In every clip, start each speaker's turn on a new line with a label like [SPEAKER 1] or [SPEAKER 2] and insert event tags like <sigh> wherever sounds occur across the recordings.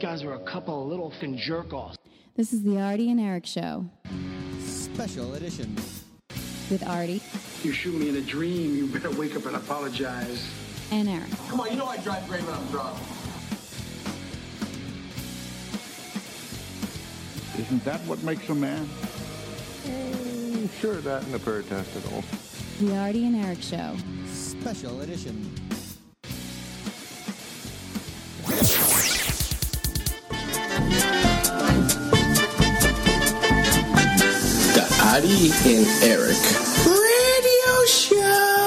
[SPEAKER 1] guys were a couple of little fin jerk offs.
[SPEAKER 2] This is the Artie and Eric Show
[SPEAKER 3] Special edition.
[SPEAKER 2] with Artie
[SPEAKER 1] You shoot me in a dream, you better wake up and apologize.
[SPEAKER 2] and Eric.
[SPEAKER 4] Come on, you know I drive great when I'm drunk.
[SPEAKER 5] Isn't that what makes a man?
[SPEAKER 6] Sure, that and a pair of testicles.
[SPEAKER 2] The Artie and Eric Show.
[SPEAKER 3] Special edition.
[SPEAKER 7] The Adi and Eric Radio Show.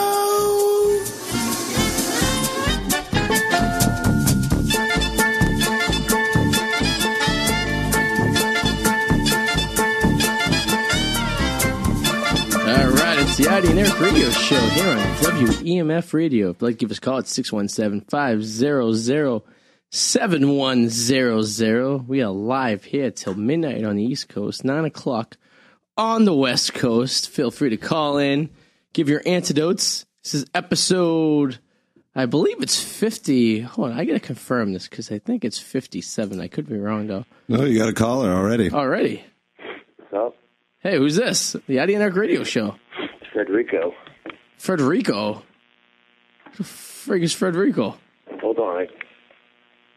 [SPEAKER 7] All right, it's the Adi and Eric Radio Show here on WEMF Radio. If you'd like to give us a call, it's 617 500 7100. We are live here till midnight on the East Coast, 9 o'clock on the West Coast. Feel free to call in, give your antidotes. This is episode, I believe it's 50. Hold on, I got to confirm this because I think it's 57. I could be wrong, though.
[SPEAKER 8] No, you got a caller already.
[SPEAKER 7] Already.
[SPEAKER 9] Well,
[SPEAKER 7] Hey, who's this? The Addy and Eric Radio Show.
[SPEAKER 9] it's Federico.
[SPEAKER 7] Frederico. Who the frig is Frederico?
[SPEAKER 9] Hold on, I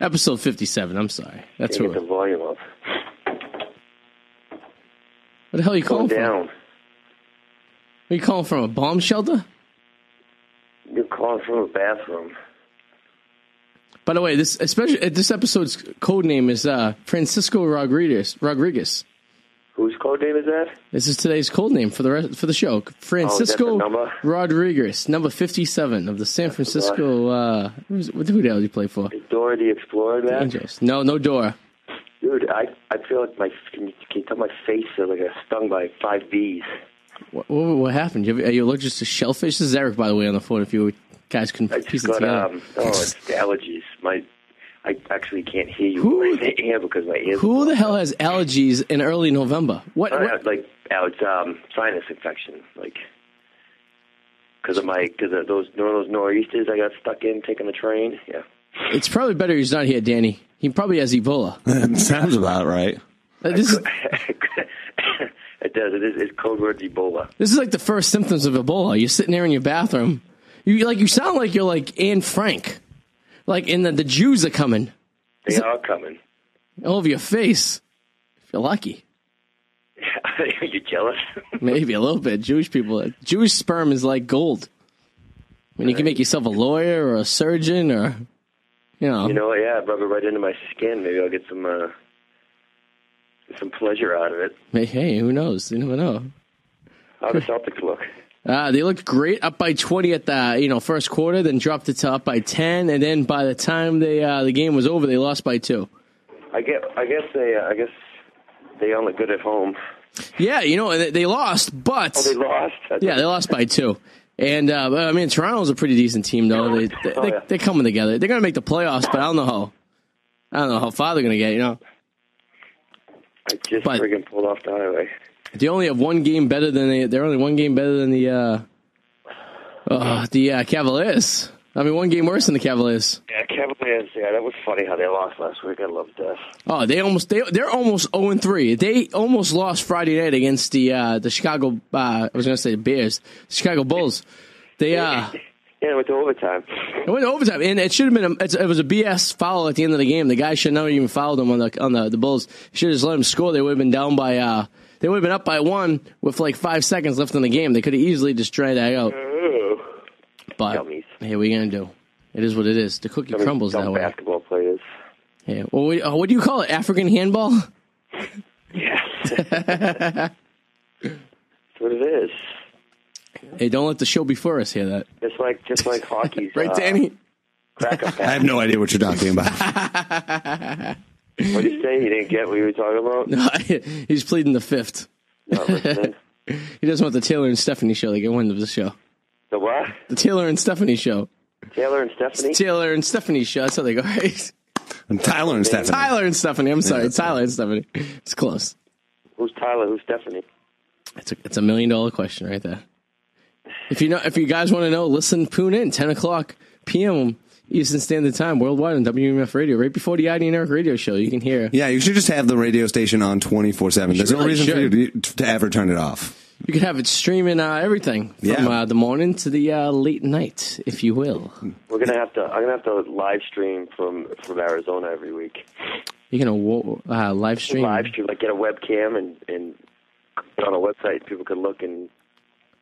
[SPEAKER 7] Episode 57. I'm sorry. That's who.
[SPEAKER 9] can get the
[SPEAKER 7] What
[SPEAKER 9] volume up.
[SPEAKER 7] the hell are you calling
[SPEAKER 9] Going
[SPEAKER 7] from?
[SPEAKER 9] down.
[SPEAKER 7] Are you calling from a bomb shelter?
[SPEAKER 9] You're calling from a bathroom.
[SPEAKER 7] By the way, this especially uh, this episode's code name is uh, Francisco Rodriguez. Rodriguez.
[SPEAKER 9] Whose code name is that?
[SPEAKER 7] This is today's code name for the rest, for the show. Francisco
[SPEAKER 9] Oh, the number?
[SPEAKER 7] Rodriguez, number fifty-seven of the San Francisco. Uh, who's, who the hell did you play for?
[SPEAKER 9] Is Dora the Explorer in that?
[SPEAKER 7] Angels. No, no Dora.
[SPEAKER 9] Dude, I I feel like my can you, can you tell my face is like I got stung by five bees.
[SPEAKER 7] What, what, what happened? You, are you allergic to shellfish? This is Eric, by the way, on the phone. If you guys couldn't
[SPEAKER 9] I
[SPEAKER 7] piece
[SPEAKER 9] just
[SPEAKER 7] it
[SPEAKER 9] got
[SPEAKER 7] together.
[SPEAKER 9] um oh it's the allergies. My I actually can't hear you
[SPEAKER 7] Who-
[SPEAKER 9] in my <laughs> ear because my ears
[SPEAKER 7] Who the hell has allergies in early November? What?
[SPEAKER 9] I
[SPEAKER 7] what
[SPEAKER 9] had, like out um sinus infection like because of my because of those you know those nor'easters I got stuck in taking the train. Yeah.
[SPEAKER 7] it's probably better he's not here, Danny. He probably has Ebola.
[SPEAKER 8] <laughs>
[SPEAKER 7] Uh,
[SPEAKER 8] Sounds about right.
[SPEAKER 7] this
[SPEAKER 9] <laughs>
[SPEAKER 7] is
[SPEAKER 9] it does. It is. It's code word Ebola.
[SPEAKER 7] This is like the first symptoms of Ebola. You're sitting there in your bathroom. You like you sound like you're like Anne Frank, like in the the Jews are coming
[SPEAKER 9] They are coming. <laughs>
[SPEAKER 7] all over your face. If you're lucky,
[SPEAKER 9] are you jealous?
[SPEAKER 7] maybe a little bit. Jewish people, uh, Jewish sperm is like gold. I mean, you can make yourself a lawyer or a surgeon or, you know,
[SPEAKER 9] you know, yeah, rub it right into my skin. Maybe I'll get some uh, some pleasure out of it.
[SPEAKER 7] may- hey, who knows? You never know.
[SPEAKER 9] How the Celtics look?
[SPEAKER 7] Uh, they looked great, up by twenty at the you know first quarter, then dropped it to up by ten, and then by the time they uh, the game was over, they lost by two.
[SPEAKER 9] I get. I guess they. uh, I guess they all look good at home.
[SPEAKER 7] Yeah, you know they, they lost, but
[SPEAKER 9] Oh, they lost. That's-
[SPEAKER 7] Yeah, they lost by two. And uh, but, I mean, Toronto's a pretty decent team, though. They, they,
[SPEAKER 9] Oh,
[SPEAKER 7] they
[SPEAKER 9] yeah.
[SPEAKER 7] they're coming together. They're going to make the playoffs, but I don't know how. I don't know how far they're going to get. You know,
[SPEAKER 9] I just
[SPEAKER 7] but-
[SPEAKER 9] friggin' pulled off the highway.
[SPEAKER 7] they only have one game better than they. They're only one game better than the uh, uh, the uh, Cavaliers. I mean, one game worse than the Cavaliers.
[SPEAKER 9] Yeah, Cavaliers. Yeah, that was funny how they lost last week. I love that.
[SPEAKER 7] Oh, they almost they they're almost zero and three. They almost lost Friday night against the uh, the Chicago. Uh, I was going to say Bears, Chicago Bulls. They uh,
[SPEAKER 9] <laughs>
[SPEAKER 7] Oh.
[SPEAKER 9] Yeah, it went to overtime.
[SPEAKER 7] It went to overtime, and it should have been a, it's, it was a BS foul at the end of the game. The guy should not have even fouled him on the on the, the Bulls. Should have just let him score. They would have been down by uh, they would have been up by one with like five seconds left in the game. They could have easily just tried that out.
[SPEAKER 9] <laughs> Oh,
[SPEAKER 7] But
[SPEAKER 9] Dummies.
[SPEAKER 7] hey, what are you gonna do? It is what it is. The cookie crumbles
[SPEAKER 9] Dumb
[SPEAKER 7] that way.
[SPEAKER 9] basketball players.
[SPEAKER 7] Yeah. Well, what, uh, what do you call it? African handball? <laughs>
[SPEAKER 9] Yes. That's what it is.
[SPEAKER 7] Hey, don't let the show before us hear that.
[SPEAKER 9] Just like
[SPEAKER 7] <laughs>
[SPEAKER 9] just like hockey's
[SPEAKER 7] Right,
[SPEAKER 9] uh,
[SPEAKER 7] Danny? <laughs>
[SPEAKER 9] crack up
[SPEAKER 8] I have no idea what you're talking about.
[SPEAKER 9] What did you say? You didn't get what you were talking about?
[SPEAKER 7] <laughs> He's pleading the fifth.
[SPEAKER 9] Not listening.
[SPEAKER 7] He doesn't want the Taylor and Stephanie show to get wind of the show.
[SPEAKER 9] The what?
[SPEAKER 7] The Taylor and Stephanie show.
[SPEAKER 9] Taylor and Stephanie?
[SPEAKER 7] Taylor and Stephanie show. That's how they go. <laughs> Right?
[SPEAKER 8] And <laughs> Tyler and Stephanie.
[SPEAKER 7] Tyler and Stephanie. I'm sorry,
[SPEAKER 8] that's
[SPEAKER 7] Tyler and Stephanie. It's close.
[SPEAKER 9] Who's Tyler? Who's Stephanie?
[SPEAKER 7] It's a, it's a million dollar question right there. If you know, if you guys want to know, listen, tune in ten o'clock p.m. Eastern Standard Time worldwide on WMF Radio right before the ID and Eric radio show. You can hear
[SPEAKER 8] Yeah, you should just have the radio station on 24 7. There's no
[SPEAKER 7] really
[SPEAKER 8] reason for
[SPEAKER 7] should.
[SPEAKER 8] you to, to ever turn it off.
[SPEAKER 7] you can have it streaming uh, everything from
[SPEAKER 8] Yeah.
[SPEAKER 7] uh, the morning to the uh, late night, if you will.
[SPEAKER 9] We're gonna have to. I'm gonna have to live stream from from Arizona every week.
[SPEAKER 7] You can uh, wo- uh, live stream.
[SPEAKER 9] Live stream, like get a webcam and and put on a website. People can look and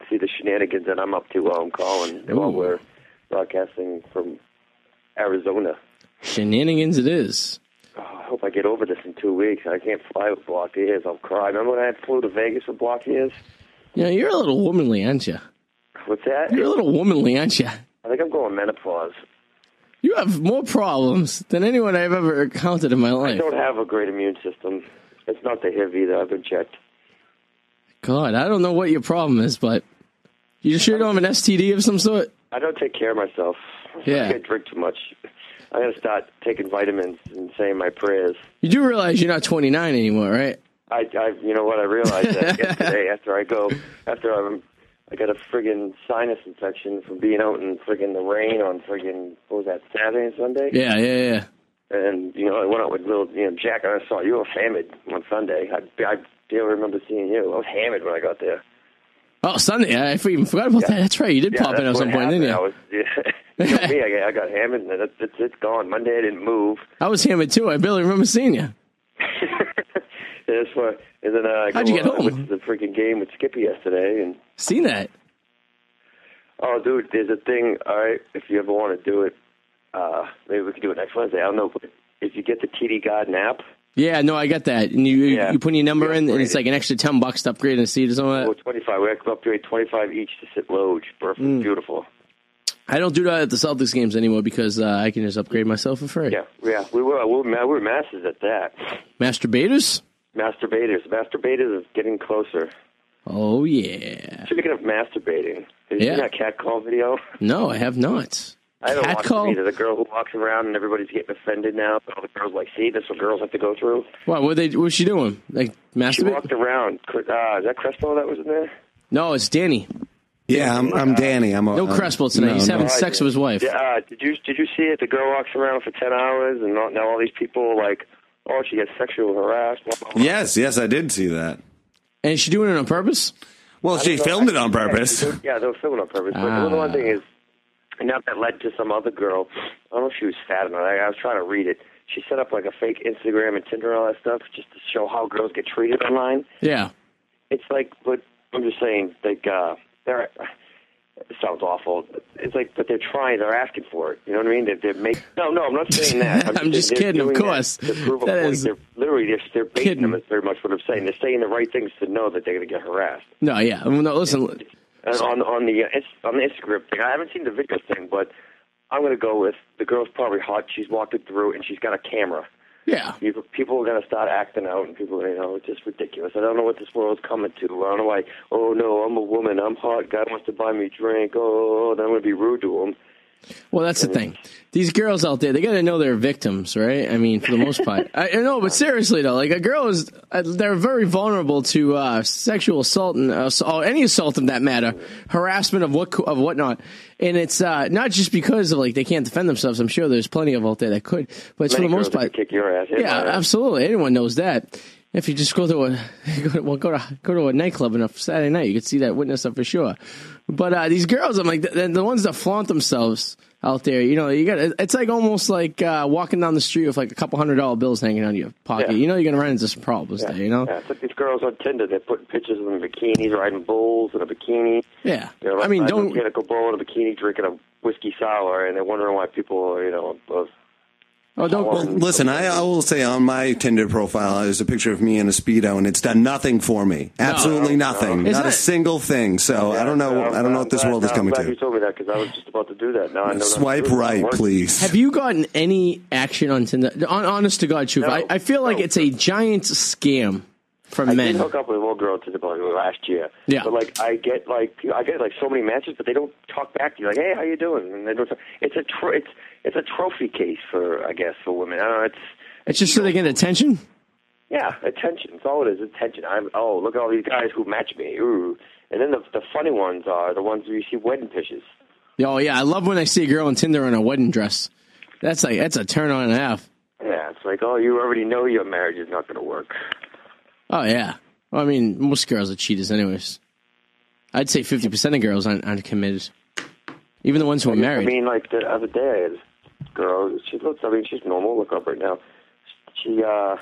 [SPEAKER 9] see the shenanigans that I'm up to while I'm calling while
[SPEAKER 7] Ooh.
[SPEAKER 9] we're broadcasting from Arizona.
[SPEAKER 7] Shenanigans it is.
[SPEAKER 9] I hope I get over this in two weeks. I can't fly with blocked ears. I'll cry. Remember when I flew to Vegas with blocked ears?
[SPEAKER 7] You know, you're a little womanly, aren't you?
[SPEAKER 9] What's that?
[SPEAKER 7] You're a little womanly, aren't you?
[SPEAKER 9] I think I'm going menopause.
[SPEAKER 7] You have more problems than anyone I've ever encountered in my
[SPEAKER 9] I
[SPEAKER 7] life.
[SPEAKER 9] don't have a great immune system. It's not the HIV either. I've been checked.
[SPEAKER 7] God, I don't know what your problem is, but you sure don't have an STD of some sort?
[SPEAKER 9] I don't take care of myself.
[SPEAKER 7] Yeah.
[SPEAKER 9] I drink too much. I'm gonna start taking vitamins and saying my prayers.
[SPEAKER 7] You do realize you're not 29 anymore, right?
[SPEAKER 9] I, I you know what? I realized
[SPEAKER 7] <laughs>
[SPEAKER 9] that yesterday after I go after I'm. I got a friggin' sinus infection from being out in friggin' the rain on friggin' what was that Saturday and Sunday?
[SPEAKER 7] Yeah, yeah, yeah.
[SPEAKER 9] And you know, I went out with little you know Jack, and I saw you were hammered on Sunday. I I still remember seeing you. I was hammered when I got there.
[SPEAKER 7] Oh, Sunday. I f- even forgot about that. That's right. You did pop in at
[SPEAKER 9] that's
[SPEAKER 7] some
[SPEAKER 9] what
[SPEAKER 7] point, didn't
[SPEAKER 9] happened. I
[SPEAKER 7] you?
[SPEAKER 9] was, <laughs> yeah. you know me, I, got- I got hammered, and it's, it's, it's gone. Monday I didn't move.
[SPEAKER 7] I was hammered too. I barely remember seeing you.
[SPEAKER 9] That's what, and then uh, I
[SPEAKER 7] How'd
[SPEAKER 9] go,
[SPEAKER 7] you get
[SPEAKER 9] uh,
[SPEAKER 7] home?
[SPEAKER 9] went to the freaking game with Skippy yesterday, and
[SPEAKER 7] Seen that.
[SPEAKER 9] oh, dude, there's a thing. All right, if you ever want to do it, uh, maybe we could do it next Wednesday. I don't know, but if you get the TD Garden app,
[SPEAKER 7] Yeah, no, I got that. And you
[SPEAKER 9] Yeah.
[SPEAKER 7] you put your number in, and it's
[SPEAKER 9] Upgraded.
[SPEAKER 7] like an extra 10 bucks to upgrade and seat or something. like
[SPEAKER 9] or
[SPEAKER 7] that.
[SPEAKER 9] 25, we have to upgrade 25 each to sit loge. Perfect, beautiful.
[SPEAKER 7] I don't do that at the Celtics games anymore because uh, I can just upgrade myself for free.
[SPEAKER 9] Yeah, yeah, we were we were, ma- we were masters at that.
[SPEAKER 7] Masturbators?
[SPEAKER 9] Masturbators, masturbators is getting closer.
[SPEAKER 7] Oh, yeah.
[SPEAKER 9] Speaking of masturbating, have you
[SPEAKER 7] Yeah.
[SPEAKER 9] seen that cat call video?
[SPEAKER 7] No, I have not.
[SPEAKER 9] I haven't
[SPEAKER 7] Cat
[SPEAKER 9] watched
[SPEAKER 7] call?
[SPEAKER 9] it either. The girl who walks around and everybody's getting offended now. All the girls like, see, this is what girls have to go through.
[SPEAKER 7] What, what they? What's she doing? Like
[SPEAKER 9] She walked
[SPEAKER 7] masturbate?
[SPEAKER 9] around. Cre- Uh, is that Crespo that was in there?
[SPEAKER 7] No, it's Danny.
[SPEAKER 8] Yeah, I'm, I'm Danny. I'm a,
[SPEAKER 7] No
[SPEAKER 8] I'm-
[SPEAKER 7] Crespo tonight. He's having
[SPEAKER 9] no, I
[SPEAKER 7] sex
[SPEAKER 9] did.
[SPEAKER 7] with his wife.
[SPEAKER 9] Yeah, uh, did you did you see it? The girl walks around for ten hours, and all, now all these people are like, oh, she gets sexually harassed. Blah, blah, blah.
[SPEAKER 8] Yes, yes, I did see that.
[SPEAKER 7] And is she doing it on purpose?
[SPEAKER 8] Well, she filmed it on purpose.
[SPEAKER 9] Yeah, they were filming on purpose. But
[SPEAKER 7] Ah.
[SPEAKER 9] the one thing is, and now that led to some other girl. I don't know if she was fat or not. I, I was trying to read it. She set up like a fake Instagram and Tinder and all that stuff just to show how girls get treated online.
[SPEAKER 7] Yeah.
[SPEAKER 9] It's like, but I'm just saying, like, uh, they're. It sounds awful. It's like, but they're trying. They're asking for it. You know what I mean? They're, they're making. No, no, I'm not
[SPEAKER 7] <laughs>
[SPEAKER 9] saying that.
[SPEAKER 7] I'm just
[SPEAKER 9] they're
[SPEAKER 7] kidding, of
[SPEAKER 9] doing that
[SPEAKER 7] course.
[SPEAKER 9] To prove a
[SPEAKER 7] That
[SPEAKER 9] point.
[SPEAKER 7] is
[SPEAKER 9] They're literally they're, they're baiting
[SPEAKER 7] kidding.
[SPEAKER 9] them. Is very much what I'm saying. They're saying the right things to know that they're going to get harassed.
[SPEAKER 7] No, yeah. Well, no, listen.
[SPEAKER 9] And on on the uh, Inst- on the Instagram thing, I haven't seen the video thing, but I'm gonna go with the girl's probably hot. She's walking through and she's got a camera.
[SPEAKER 7] Yeah.
[SPEAKER 9] People, people are gonna start acting out, and people, are, you know, it's just ridiculous. I don't know what this world's coming to. I don't know why. Oh no, I'm a woman. I'm hot. God wants to buy me a drink. Oh, then I'm gonna be rude to him.
[SPEAKER 7] Well, that's the thing. These girls out there, they got to know they're victims, right? I mean, for the most part. I, I know, but seriously though, like a girl is, uh, they're very vulnerable to uh, sexual assault and uh, or any assault of that matter, harassment of what of whatnot, and it's uh, not just because of like they can't defend themselves. I'm sure there's plenty of out there that could, but it's for
[SPEAKER 9] Many
[SPEAKER 7] the most
[SPEAKER 9] girls
[SPEAKER 7] part,
[SPEAKER 9] could kick your ass.
[SPEAKER 7] yeah,
[SPEAKER 9] my ass.
[SPEAKER 7] absolutely. Anyone knows that. If you just go to a <laughs> go to, well, go to go to a nightclub on a Saturday night, you could see that witness up for sure. But uh, these girls, I'm like the, the ones that flaunt themselves out there. You know, you got it's like almost like uh, walking down the street with like a couple hundred dollar bills hanging out of your pocket.
[SPEAKER 9] Yeah.
[SPEAKER 7] You know, you're gonna run into some problems there. You know,
[SPEAKER 9] Yeah,
[SPEAKER 7] yeah.
[SPEAKER 9] it's like these girls on Tinder. They're putting pictures of them in bikinis, riding bulls in a bikini. You know,
[SPEAKER 7] I mean,
[SPEAKER 9] like, I'm
[SPEAKER 7] don't
[SPEAKER 9] a mechanical bull in a bikini drinking a whiskey sour, and they're wondering why people, are, you know, of
[SPEAKER 7] oh don't
[SPEAKER 8] Well, listen, I, I will say on my Tinder profile, there's a picture of me in a Speedo, and it's done nothing for me. Absolutely nothing.
[SPEAKER 7] It's
[SPEAKER 8] Not, a
[SPEAKER 7] not-
[SPEAKER 8] single thing. So Oh, I don't know.
[SPEAKER 9] I'm-
[SPEAKER 8] I don't know what this
[SPEAKER 9] I'm glad-
[SPEAKER 8] world is
[SPEAKER 9] I'm
[SPEAKER 8] coming
[SPEAKER 9] glad You
[SPEAKER 8] to.
[SPEAKER 9] told me that because I was just about to do that. Now I know. not to
[SPEAKER 8] Swipe
[SPEAKER 9] do it.
[SPEAKER 8] right,
[SPEAKER 9] Work.
[SPEAKER 8] please.
[SPEAKER 7] Have you gotten any action on Tinder? On, honest to God, truth,
[SPEAKER 9] No.
[SPEAKER 7] I, I feel like
[SPEAKER 9] No.
[SPEAKER 7] it's a giant scam from
[SPEAKER 9] I
[SPEAKER 7] men.
[SPEAKER 9] did hook up with one girl to the like, last year.
[SPEAKER 7] Yeah.
[SPEAKER 9] But like I get like I get like so many matches, but they don't talk back to you. Like, hey, how you doing? And they don't. Talk. It's a tro- it's it's a trophy case for I guess for women. I don't know. It's
[SPEAKER 7] It's just so they get attention.
[SPEAKER 9] yeah, attention. It's all it is. Attention. I'm oh look at all these guys who match me. Ooh. And then the the funny ones are the ones where you see wedding pictures.
[SPEAKER 7] Oh yeah, I love when I see a girl on Tinder in a wedding dress. That's like that's a turn on and a half.
[SPEAKER 9] Yeah, it's like, oh, you already know your marriage is not going to work.
[SPEAKER 7] Oh yeah. Well, I mean, most girls are cheaters, anyways. I'd say fifty percent of girls aren't, aren't committed, even the ones who are
[SPEAKER 9] I
[SPEAKER 7] married.
[SPEAKER 9] mean, like the other day, I had this girl, she looks, I mean, she's normal. Look up right now. She, uh,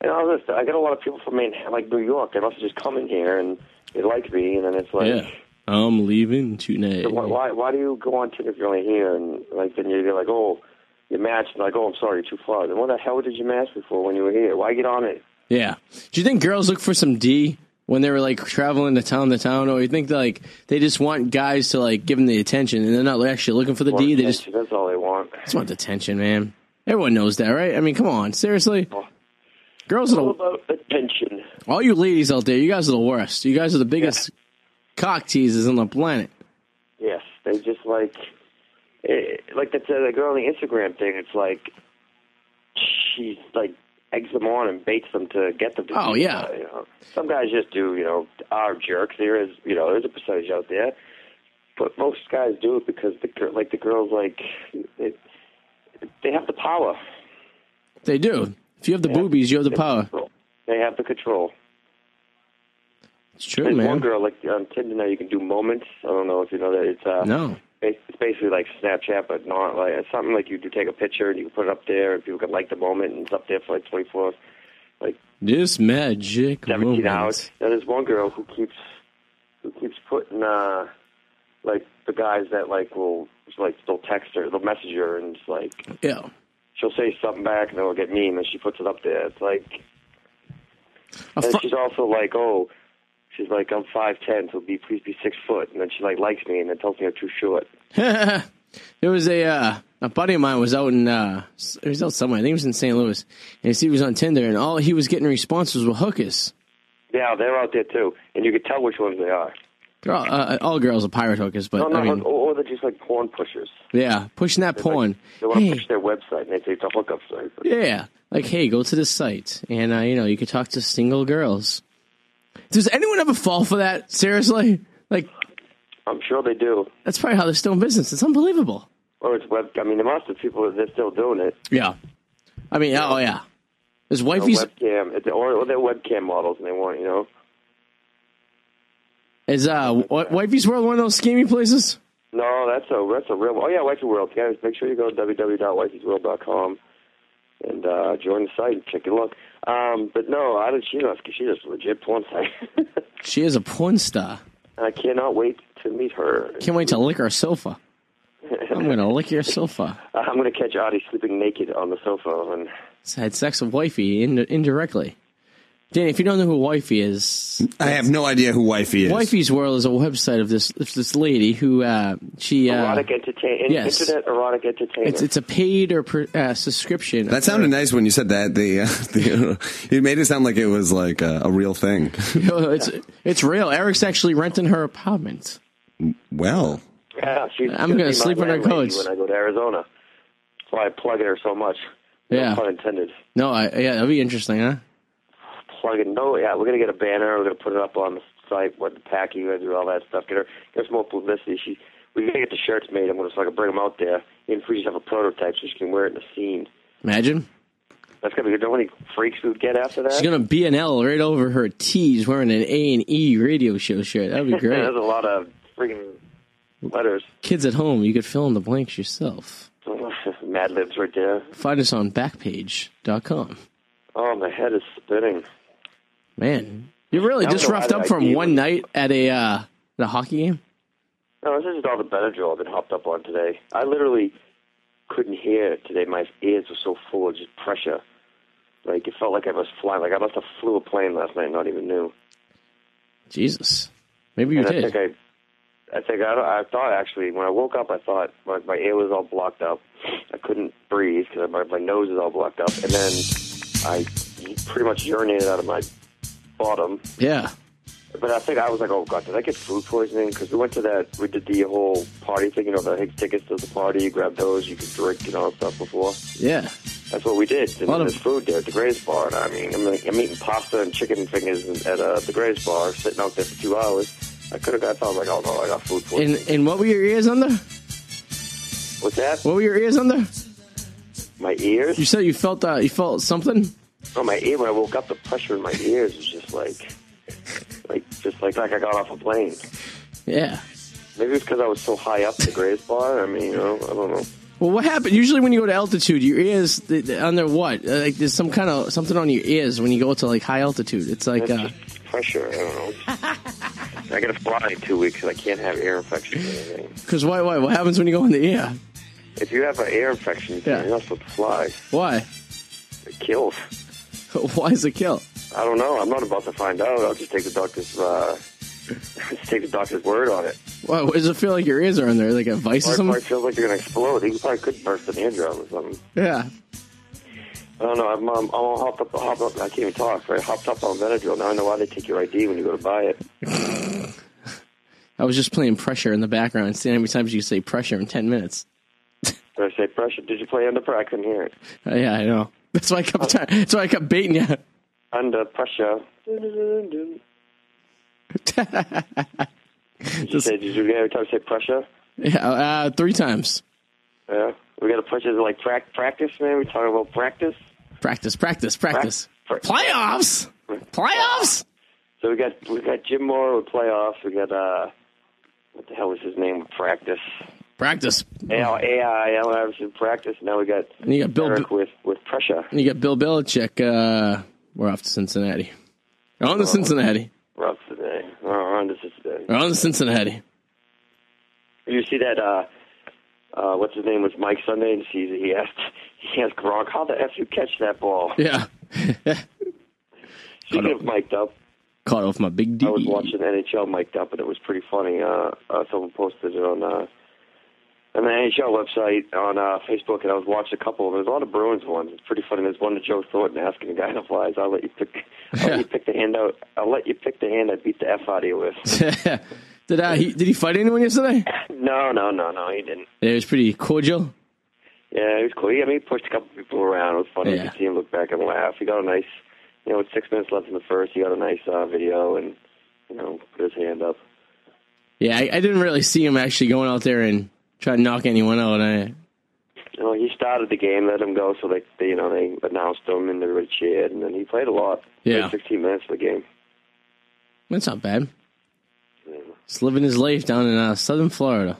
[SPEAKER 9] and all this, I got a lot of people from, Manhattan, like, New York. They must have just come in here and they like me. And then it's like,
[SPEAKER 7] yeah, I'm leaving tonight.
[SPEAKER 9] So why, why why do you go on Tinder if you're only here and like then you're like oh you matched and like oh I'm sorry you're too far then what the hell did you match before when you were here why get on it
[SPEAKER 7] Yeah. Do you think girls look for some D when they were like traveling to town to town, or you think like they just want guys to like give them the attention, and they're not actually looking for the
[SPEAKER 9] Want
[SPEAKER 7] D? They just
[SPEAKER 9] attention, that's all they want
[SPEAKER 7] just want the attention, man. Everyone knows that, right? I mean, come on, seriously. Girls are
[SPEAKER 9] all
[SPEAKER 7] the
[SPEAKER 9] about attention
[SPEAKER 7] all you ladies out there. You guys are the worst. You guys are the biggest cock teasers on the planet.
[SPEAKER 9] yes they just like eh, like that uh, that girl on the Instagram thing it's like she like eggs them on and baits them to get them to
[SPEAKER 7] Oh,
[SPEAKER 9] do
[SPEAKER 7] yeah.
[SPEAKER 9] that, you know? some guys just do you know are jerks there is you know there's a percentage out there but most guys do it because the gir- like the girls like it, they have the power.
[SPEAKER 7] They do. If you have the boobies, you have the
[SPEAKER 9] They
[SPEAKER 7] power.
[SPEAKER 9] control. They have the control.
[SPEAKER 7] It's true,
[SPEAKER 9] There's one
[SPEAKER 7] man.
[SPEAKER 9] girl like on Tinder now. You can do moments. I don't know if you know that. It's uh,
[SPEAKER 7] No.
[SPEAKER 9] ba- It's basically like Snapchat, but not like it's something like you do take a picture and you can put it up there, and people can like the moment, and it's up there for like 24, like
[SPEAKER 7] This magic
[SPEAKER 9] 17
[SPEAKER 7] moment.
[SPEAKER 9] hours. Now there's one girl who keeps who keeps putting uh, like the guys that like will like they'll text her, they'll message her, and it's like
[SPEAKER 7] Yeah.
[SPEAKER 9] she'll say something back and it'll get mean and then she puts it up there. It's like
[SPEAKER 7] A
[SPEAKER 9] and
[SPEAKER 7] fu-
[SPEAKER 9] she's also like, Oh she's like, I'm five ten, so be please be six foot and then she like likes me and then tells me I'm too short.
[SPEAKER 7] There was a uh, a buddy of mine was out in uh, s- he was out somewhere. I think he was in St. Louis, and he was on Tinder, and all he was getting responses were hookers.
[SPEAKER 9] Yeah, they're out there too. And you can tell which ones they are.
[SPEAKER 7] They're all, uh, all girls are pirate hookers, but
[SPEAKER 9] No, no,
[SPEAKER 7] I mean,
[SPEAKER 9] or, or they're just like porn pushers.
[SPEAKER 7] yeah, pushing that porn.
[SPEAKER 9] They want to
[SPEAKER 7] hey,
[SPEAKER 9] push their website and they say it's a hookup site. But
[SPEAKER 7] yeah, like hey, go to this site, and uh, you know you could talk to single girls. Does anyone ever fall for that? Seriously, like
[SPEAKER 9] I'm sure they do.
[SPEAKER 7] that's probably how they're still in business. It's unbelievable.
[SPEAKER 9] Or it's web I mean there must be people that they're still doing it.
[SPEAKER 7] Yeah, I mean, oh yeah, his
[SPEAKER 9] Or
[SPEAKER 7] wifey's
[SPEAKER 9] webcam it's- or, or they're webcam models and they want, you know.
[SPEAKER 7] is uh wi- wifey's world one of those scheming places.
[SPEAKER 9] No, that's a that's a real. Oh yeah, Wifey World, guys. Make sure you go to www.wifeyworld.com and uh, join the site and check it look. Um, but no, I don't. She knows she's just a legit porn site,
[SPEAKER 7] She is a porn star.
[SPEAKER 9] and <laughs> I cannot wait to meet her.
[SPEAKER 7] Can't wait to lick our sofa. I'm gonna lick your sofa.
[SPEAKER 9] I'm gonna catch Adi sleeping naked on the sofa, and
[SPEAKER 7] I had sex with wifey ind- indirectly. Danny, if you don't know who wifey is,
[SPEAKER 8] I have no idea who wifey is.
[SPEAKER 7] wifey's world is a website of this of this lady who uh, she uh,
[SPEAKER 9] erotic entertain,
[SPEAKER 7] Yes.
[SPEAKER 9] internet erotic entertainer.
[SPEAKER 7] it's it's a paid or per, uh, subscription.
[SPEAKER 8] That sounded nice when you said that. The, uh, <laughs> the it made it sound like it was like a, a real thing.
[SPEAKER 7] it's it's real. Eric's actually renting her apartment.
[SPEAKER 8] well,
[SPEAKER 9] yeah, she's
[SPEAKER 7] I'm gonna
[SPEAKER 9] be my
[SPEAKER 7] sleep on her
[SPEAKER 9] landlady
[SPEAKER 7] couch.
[SPEAKER 9] when I go to Arizona. That's why I plug in her so much.
[SPEAKER 7] Yeah.
[SPEAKER 9] no pun intended.
[SPEAKER 7] No, I, yeah, that'd be interesting, huh?
[SPEAKER 9] plug it. No, yeah, we're gonna get a banner. We're gonna put it up on the site. What the packing, we're gonna do all that stuff. Get her, get her some more publicity. She, we're gonna get the shirts made. I'm gonna so I can bring them out there. Even if we just have a prototype, so she can wear it in the scene.
[SPEAKER 7] Imagine
[SPEAKER 9] That's gonna be good. Don't any freaks we would get after that.
[SPEAKER 7] she's gonna B and L right over her T's wearing an A and E radio show shirt. That'd be
[SPEAKER 9] Yeah,
[SPEAKER 7] great.
[SPEAKER 9] <laughs> There's a lot of freaking letters. <laughs>
[SPEAKER 7] Kids at home, you could fill in the blanks yourself.
[SPEAKER 9] Mad libs right there.
[SPEAKER 7] Find us on backpage.com.
[SPEAKER 9] Oh, my head is spinning.
[SPEAKER 7] Man, you really
[SPEAKER 9] I don't
[SPEAKER 7] just
[SPEAKER 9] know
[SPEAKER 7] roughed
[SPEAKER 9] why
[SPEAKER 7] up
[SPEAKER 9] that
[SPEAKER 7] from
[SPEAKER 9] idea
[SPEAKER 7] one
[SPEAKER 9] was-
[SPEAKER 7] night at a uh, the hockey game.
[SPEAKER 9] No, this is just all the Benadryl I've been hopped up on today. I literally couldn't hear today. My ears were so full of just pressure. Like it felt like I was flying. Like I must have flew a plane last night, and not even knew.
[SPEAKER 7] Jesus, maybe you
[SPEAKER 9] and I
[SPEAKER 7] did.
[SPEAKER 9] think I, I think I, I thought actually when I woke up, I thought my, my air was all blocked up. I couldn't breathe because my my nose is all blocked up, and then I pretty much urinated out of my bottom.
[SPEAKER 7] yeah,
[SPEAKER 9] But I think I was like, oh god, did I get food poisoning? Because we went to that, we did the whole party thing, you know, the Higgs tickets to the party. You grab those, you could drink and all that stuff before.
[SPEAKER 7] yeah.
[SPEAKER 9] That's what we did. And
[SPEAKER 7] lot
[SPEAKER 9] then
[SPEAKER 7] of-
[SPEAKER 9] there's food there at the Grays Bar. And I mean, I'm, like, I'm eating pasta and chicken fingers at uh, the Grays Bar, sitting out there for two hours. I could have got, I thought, like, oh no, I got food poisoning.
[SPEAKER 7] And and what were your ears under?
[SPEAKER 9] What's that?
[SPEAKER 7] What were your ears under?
[SPEAKER 9] My ears.
[SPEAKER 7] You said you felt uh, you felt something.
[SPEAKER 9] Oh, my ear! When I woke up, the pressure in my ears was just like, like just like like I got off a plane.
[SPEAKER 7] Yeah.
[SPEAKER 9] Maybe it's because I was so high up the greatest bar. I mean, you know, I don't know.
[SPEAKER 7] Well, what happened? Usually, when you go to altitude, your ears they, they- under what? Uh, Like there's some kind of something on your ears when you go to like high altitude. It's like uh,
[SPEAKER 9] That's just pressure. I don't know. I gotta fly in two weeks, and I can't have ear infections or anything.
[SPEAKER 7] because why? Why? What happens when you go in the ear?
[SPEAKER 9] If you have an ear infection,
[SPEAKER 7] Yeah.
[SPEAKER 9] you're not supposed to fly.
[SPEAKER 7] Why? <laughs>
[SPEAKER 9] It kills.
[SPEAKER 7] Why is it kill?
[SPEAKER 9] I don't know. I'm not about to find out. I'll just take the doctor's. Uh, <laughs> just take the doctor's word on it.
[SPEAKER 7] Why what does it feel like your ears are in there? Like a vice or
[SPEAKER 9] Part, part
[SPEAKER 7] something?
[SPEAKER 9] feels like you're gonna explode. He probably could burst an eardrum or something.
[SPEAKER 7] Yeah.
[SPEAKER 9] I don't know. I'm, um, I'm all hopped up, hopped up. I can't even talk. Right, hopped up on Benadryl. Now I know why they take your ID when you go to buy it.
[SPEAKER 7] I was just playing pressure in the background. Seeing how many times you say pressure in ten minutes.
[SPEAKER 9] Did I say pressure? Did you play under pressure? I couldn't hear it.
[SPEAKER 7] Uh, yeah, I know. <laughs> That's why I kept. Trying, that's why I kept baiting you. <laughs>
[SPEAKER 9] Under pressure. Did you say? Did you every time say pressure?
[SPEAKER 7] Yeah, uh, three times.
[SPEAKER 9] Yeah. We got to push it like prac- practice, man. We talking about practice.
[SPEAKER 7] Practice, practice, practice.
[SPEAKER 9] Prac-
[SPEAKER 7] Playoffs, playoffs.
[SPEAKER 9] So we got we got Jim Moore with playoffs. We got uh, what the hell was his name? with Practice.
[SPEAKER 7] Practice.
[SPEAKER 9] Al AI Allen Iverson practice. Now we got
[SPEAKER 7] Oh. And you got Bill.
[SPEAKER 9] Eric with with pressure.
[SPEAKER 7] And you got Bill Belichick. Uh, we're off to Cincinnati. We're
[SPEAKER 9] Oh.
[SPEAKER 7] on to Cincinnati.
[SPEAKER 9] We're up today. We're Oh, on this is today.
[SPEAKER 7] We're on to Cincinnati.
[SPEAKER 9] You see that? uh uh, what's his name was Mike Sunday, and he he asked <laughs> he asked Gronk, "How the f you catch that ball?"
[SPEAKER 7] Yeah. <laughs>
[SPEAKER 9] Speaking of mic'd up,
[SPEAKER 7] Caught off my big D.
[SPEAKER 9] I was watching NHL mic'd up, and it was pretty funny. Uh, uh, someone posted it on uh, on the NHL website on uh, Facebook, and I was watching a couple. of them. There's a lot of Bruins ones. It's pretty funny. There's one to Joe Thornton asking a guy in the flies, "I'll let you pick, I'll let you pick the hand out. I'll let you pick the hand I beat the f out of you
[SPEAKER 7] <laughs>
[SPEAKER 9] with."
[SPEAKER 7] <laughs> did uh, he did he fight anyone yesterday?
[SPEAKER 9] no, no, no, no, he didn't.
[SPEAKER 7] Yeah, it was pretty cordial.
[SPEAKER 9] Yeah, it was cool. He, I mean, he pushed a couple people around. It was funny.
[SPEAKER 7] Yeah.
[SPEAKER 9] You could see him look back and laugh. He got a nice, you know, with six minutes left in the first, he got a nice uh, video and, you know, put his hand up.
[SPEAKER 7] Yeah, I, I didn't really see him actually going out there and trying to knock anyone out. I,
[SPEAKER 9] You know, he started the game, let him go, so they, they you know, they announced him and everybody cheered, and then he played a lot.
[SPEAKER 7] Yeah.
[SPEAKER 9] Played 16 minutes of the game.
[SPEAKER 7] that's not bad. He's living his life down in uh, southern Florida.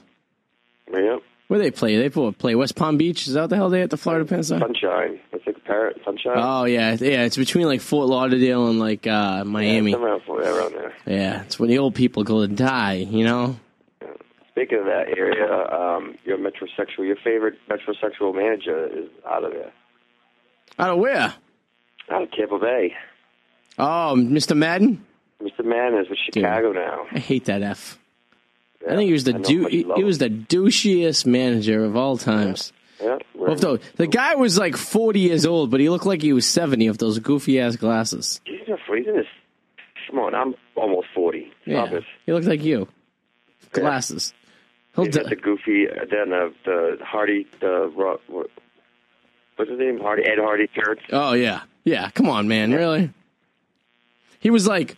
[SPEAKER 9] Yeah.
[SPEAKER 7] Where they play? They play West Palm Beach. Is that what the hell they at the Florida Peninsula?
[SPEAKER 9] Sunshine. That's like a parrot. Sunshine.
[SPEAKER 7] Oh yeah, yeah. It's between like Fort Lauderdale and like uh, Miami.
[SPEAKER 9] Somewhere else, yeah, around there.
[SPEAKER 7] Yeah, it's when the old people go to die. You know.
[SPEAKER 9] Speaking of that area, um, your metrosexual, your favorite metrosexual manager is out of there.
[SPEAKER 7] Out of where?
[SPEAKER 9] Out of Tampa Bay.
[SPEAKER 7] Oh, Mr. Madden.
[SPEAKER 9] Mr. Mann is with Chicago now.
[SPEAKER 7] I hate that F. I think he was the
[SPEAKER 9] I know,
[SPEAKER 7] du-
[SPEAKER 9] but you
[SPEAKER 7] he,
[SPEAKER 9] love
[SPEAKER 7] he was
[SPEAKER 9] him.
[SPEAKER 7] the douchiest manager of all times.
[SPEAKER 9] Yeah, we're-
[SPEAKER 7] Of those, the guy was like forty years old, but he looked like he was seventy. Of those goofy ass glasses.
[SPEAKER 9] He's in this. Come on, I'm almost forty. Stop
[SPEAKER 7] Yeah,
[SPEAKER 9] it.
[SPEAKER 7] he looked like you. Glasses. He'll
[SPEAKER 9] He's got the
[SPEAKER 7] die.
[SPEAKER 9] goofy, uh, then uh, the Hardy, the Ro- what- what's his name? Hardy, Ed Hardy Church.
[SPEAKER 7] Oh yeah, yeah. Come on, man. Really? He was like,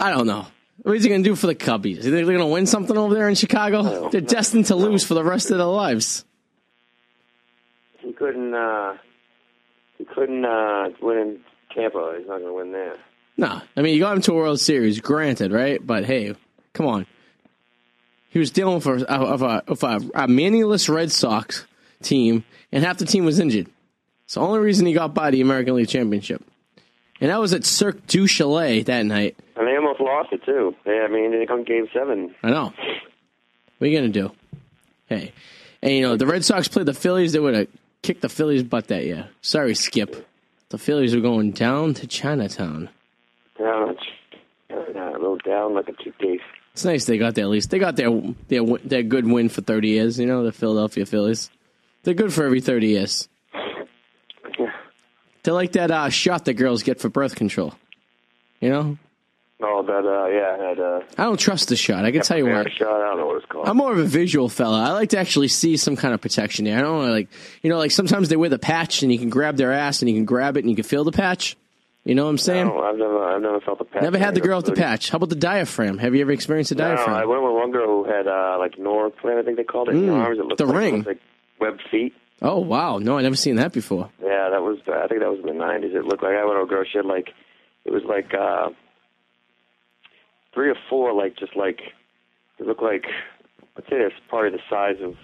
[SPEAKER 7] I don't know. What is he gonna do for the Cubbies? You think they're gonna win something over there in Chicago? they're destined to lose for the rest of their lives.
[SPEAKER 9] He couldn't. uh He couldn't uh win in Tampa. He's not going to win there.
[SPEAKER 7] Nah, I mean you got him to a World Series, granted, right? But hey, come on. He was dealing for of a of a, a manless Red Sox team, and half the team was injured. It's the only reason he got by the American League Championship, and that was at Cirque du Soleil that night.
[SPEAKER 9] And they almost lost it too. Yeah, I mean, they come Game Seven.
[SPEAKER 7] I know. What are you gonna do? Hey, and you know the Red Sox played the Phillies. They would have kicked the Phillies' butt that year. Sorry, Skip. The Phillies are going down to Chinatown.
[SPEAKER 9] Down, uh, a little down like a toothpaste.
[SPEAKER 7] It's nice they got that at least. They got their their win- their good win for thirty years. You know the Philadelphia Phillies. They're good for every thirty years.
[SPEAKER 9] Yeah.
[SPEAKER 7] They're like that uh, shot that girls get for birth control. You know,
[SPEAKER 9] <laughs> Oh, that uh, yeah, that uh,
[SPEAKER 7] I don't trust the shot. I can tell you what.
[SPEAKER 9] shot. I don't know what it's called.
[SPEAKER 7] I'm more of a visual fella. I like to actually see some kind of protection there. I don't wanna, like, you know, like sometimes they wear the patch and you can grab their ass and you can grab it and you can feel the patch. You know what I'm saying?
[SPEAKER 9] No, I've never, I've never felt the patch.
[SPEAKER 7] Never had the girl with the
[SPEAKER 9] Really-
[SPEAKER 7] patch. How about the diaphragm? Have you ever experienced a
[SPEAKER 9] No, I
[SPEAKER 7] diaphragm?
[SPEAKER 9] went with one girl who had uh, like Norplan, I think they called it. in her arms. It looked
[SPEAKER 7] Mm, the
[SPEAKER 9] like,
[SPEAKER 7] ring.
[SPEAKER 9] It was like webbed feet.
[SPEAKER 7] Oh wow, no, I never seen that before.
[SPEAKER 9] Yeah, that was. I think that was in the nineties. It looked like I went to a girl. She had like, it was like uh three or four, like just like it looked like I'd say it's probably the size of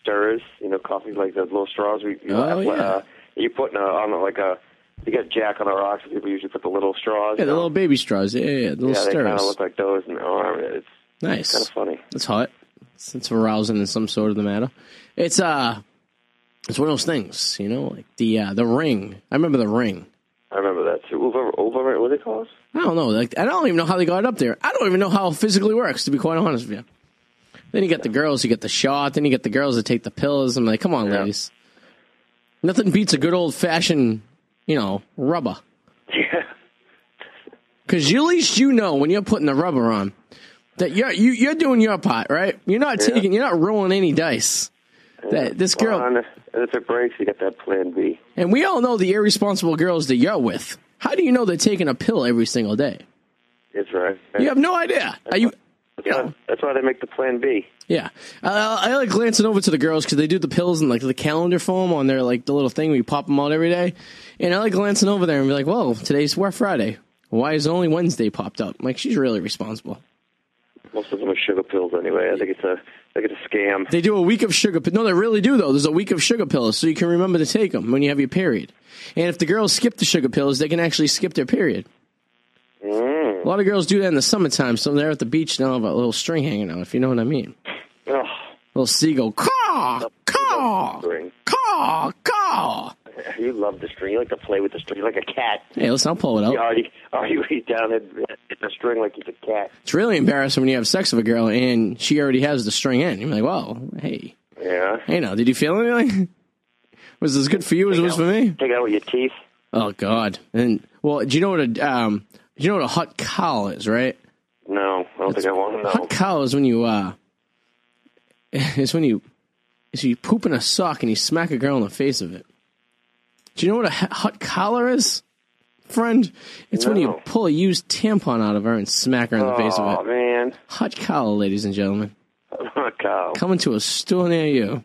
[SPEAKER 9] stirrers. You know, coffee like those little straws. We you,
[SPEAKER 7] Oh, yeah.
[SPEAKER 9] uh, you put in a, on a- like a you got Jack on the rocks. People usually put the little
[SPEAKER 7] Yeah,
[SPEAKER 9] straws.
[SPEAKER 7] the
[SPEAKER 9] you know?
[SPEAKER 7] little baby straws. Yeah, yeah, yeah, the little
[SPEAKER 9] yeah, they kind
[SPEAKER 7] stirrers.
[SPEAKER 9] of look like those. And oh, it's
[SPEAKER 7] nice.
[SPEAKER 9] kind of funny.
[SPEAKER 7] That's hot. It's, it's arousing in some sort of the matter. It's uh, it's one of those things, you know, like the uh, the ring. I remember the ring.
[SPEAKER 9] I remember that too. Over, over, what do they call us?
[SPEAKER 7] I don't know. Like I don't even know how they got it up there. I don't even know how it physically works. To be quite honest with you. Then you got the girls. You got the shot. Then you got the girls that take the pills. I'm like, come on,
[SPEAKER 9] Yeah.
[SPEAKER 7] ladies. Nothing beats a good old fashioned, you know, rubber.
[SPEAKER 9] Yeah,
[SPEAKER 7] Because at least you know when you're putting the rubber on that you're you, you're doing your part, right? You're not
[SPEAKER 9] Yeah.
[SPEAKER 7] taking, you're not rolling any dice. That this girl
[SPEAKER 9] Well, and if- and if it breaks, you got that Plan B.
[SPEAKER 7] and we all know the irresponsible girls that you're with. How do you know they're taking a pill every single day?
[SPEAKER 9] It's right.
[SPEAKER 7] You have no idea. Are you?
[SPEAKER 9] That's why- that's why they make the Plan B.
[SPEAKER 7] Yeah, uh, I like glancing over to the girls because they do the pills and like the calendar form on their like the little thing where you pop them out every day. And I like glancing over there and be like, "Whoa, today's Wet Friday. Why is only Wednesday popped up?" I'm like she's really responsible.
[SPEAKER 9] Most of them are sugar pills anyway. I think it's a I think it's a scam.
[SPEAKER 7] They do a week of sugar. pi- No, they really do though. There's a week of sugar pills, so you can remember to take them when you have your period. And if the girls skip the sugar pills, they can actually skip their period. A lot of girls do that in the summertime, so they're at the beach and they'll have a little string hanging out, if you know what I mean.
[SPEAKER 9] Ugh.
[SPEAKER 7] little seagull, caw, caw,
[SPEAKER 9] String.
[SPEAKER 7] caw, caw.
[SPEAKER 9] You love the string. You like to play with the string. You're like a cat.
[SPEAKER 7] Hey, listen, I'll pull it
[SPEAKER 9] You
[SPEAKER 7] out.
[SPEAKER 9] already already <laughs> reach down and hit the string like he's a cat.
[SPEAKER 7] It's really embarrassing when you have sex with a girl and she already has the string in. You're like, whoa, hey,
[SPEAKER 9] Yeah.
[SPEAKER 7] hey, now, did you feel <laughs> anything? was this good for you as it was for me?
[SPEAKER 9] Take it out with your teeth.
[SPEAKER 7] Oh God! And well, do you know what a um, do you know what a hot cow is, right?
[SPEAKER 9] No, I don't think I want
[SPEAKER 7] <laughs>
[SPEAKER 9] to know.
[SPEAKER 7] Hot cow is when you uh, <laughs> it's when you is you poop in a sock and you smack a girl in the face of it. Do you know what a h- hot collar is, friend? It's when you
[SPEAKER 9] No.
[SPEAKER 7] pull a used tampon out of her and smack her in the face
[SPEAKER 9] Oh
[SPEAKER 7] of it.
[SPEAKER 9] man, <laughs>
[SPEAKER 7] Hot collar, ladies and gentlemen,
[SPEAKER 9] oh, cow.
[SPEAKER 7] coming to a store near you.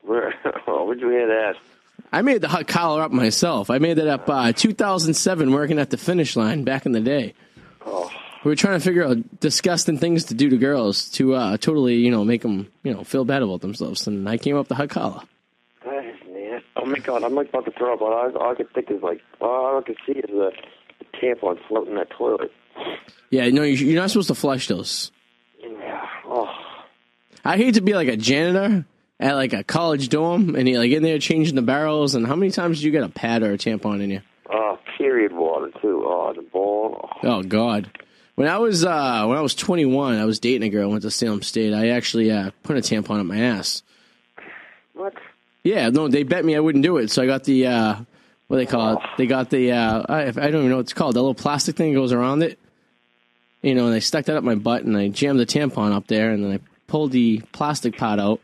[SPEAKER 9] Where, <laughs> oh, where'd you hear that?
[SPEAKER 7] I made the hot collar up myself. I made that up uh, 2007, working at the finish line back in the day. We were trying to figure out disgusting things to do to girls to uh, totally, you know, make them, you know, feel bad about themselves. And I came up with the hot collar.
[SPEAKER 9] That is nasty. Oh my god, I'm like about to throw up. All I, all I can think is like, all I can see is the tampon floating in that toilet.
[SPEAKER 7] Yeah, no, you- you're not supposed to flush those.
[SPEAKER 9] Yeah. Oh.
[SPEAKER 7] I hate to be like a janitor at like a college dorm and you're like in there changing the barrels. And how many times do you get a pad or a tampon in you?
[SPEAKER 9] Oh, period water too. Oh, the ball. Oh,
[SPEAKER 7] Oh God. When I was uh, when I was 21, I was dating a girl. Went to Salem State. I actually uh, put a tampon up my ass.
[SPEAKER 9] what?
[SPEAKER 7] Yeah, no, they bet me I wouldn't do it, so I got the uh, what do they call it? They got the uh, I, I don't even know what it's called. The little plastic thing that goes around it, you know. And I stuck that up my butt, and I jammed the tampon up there, and then I pulled the plastic pot out,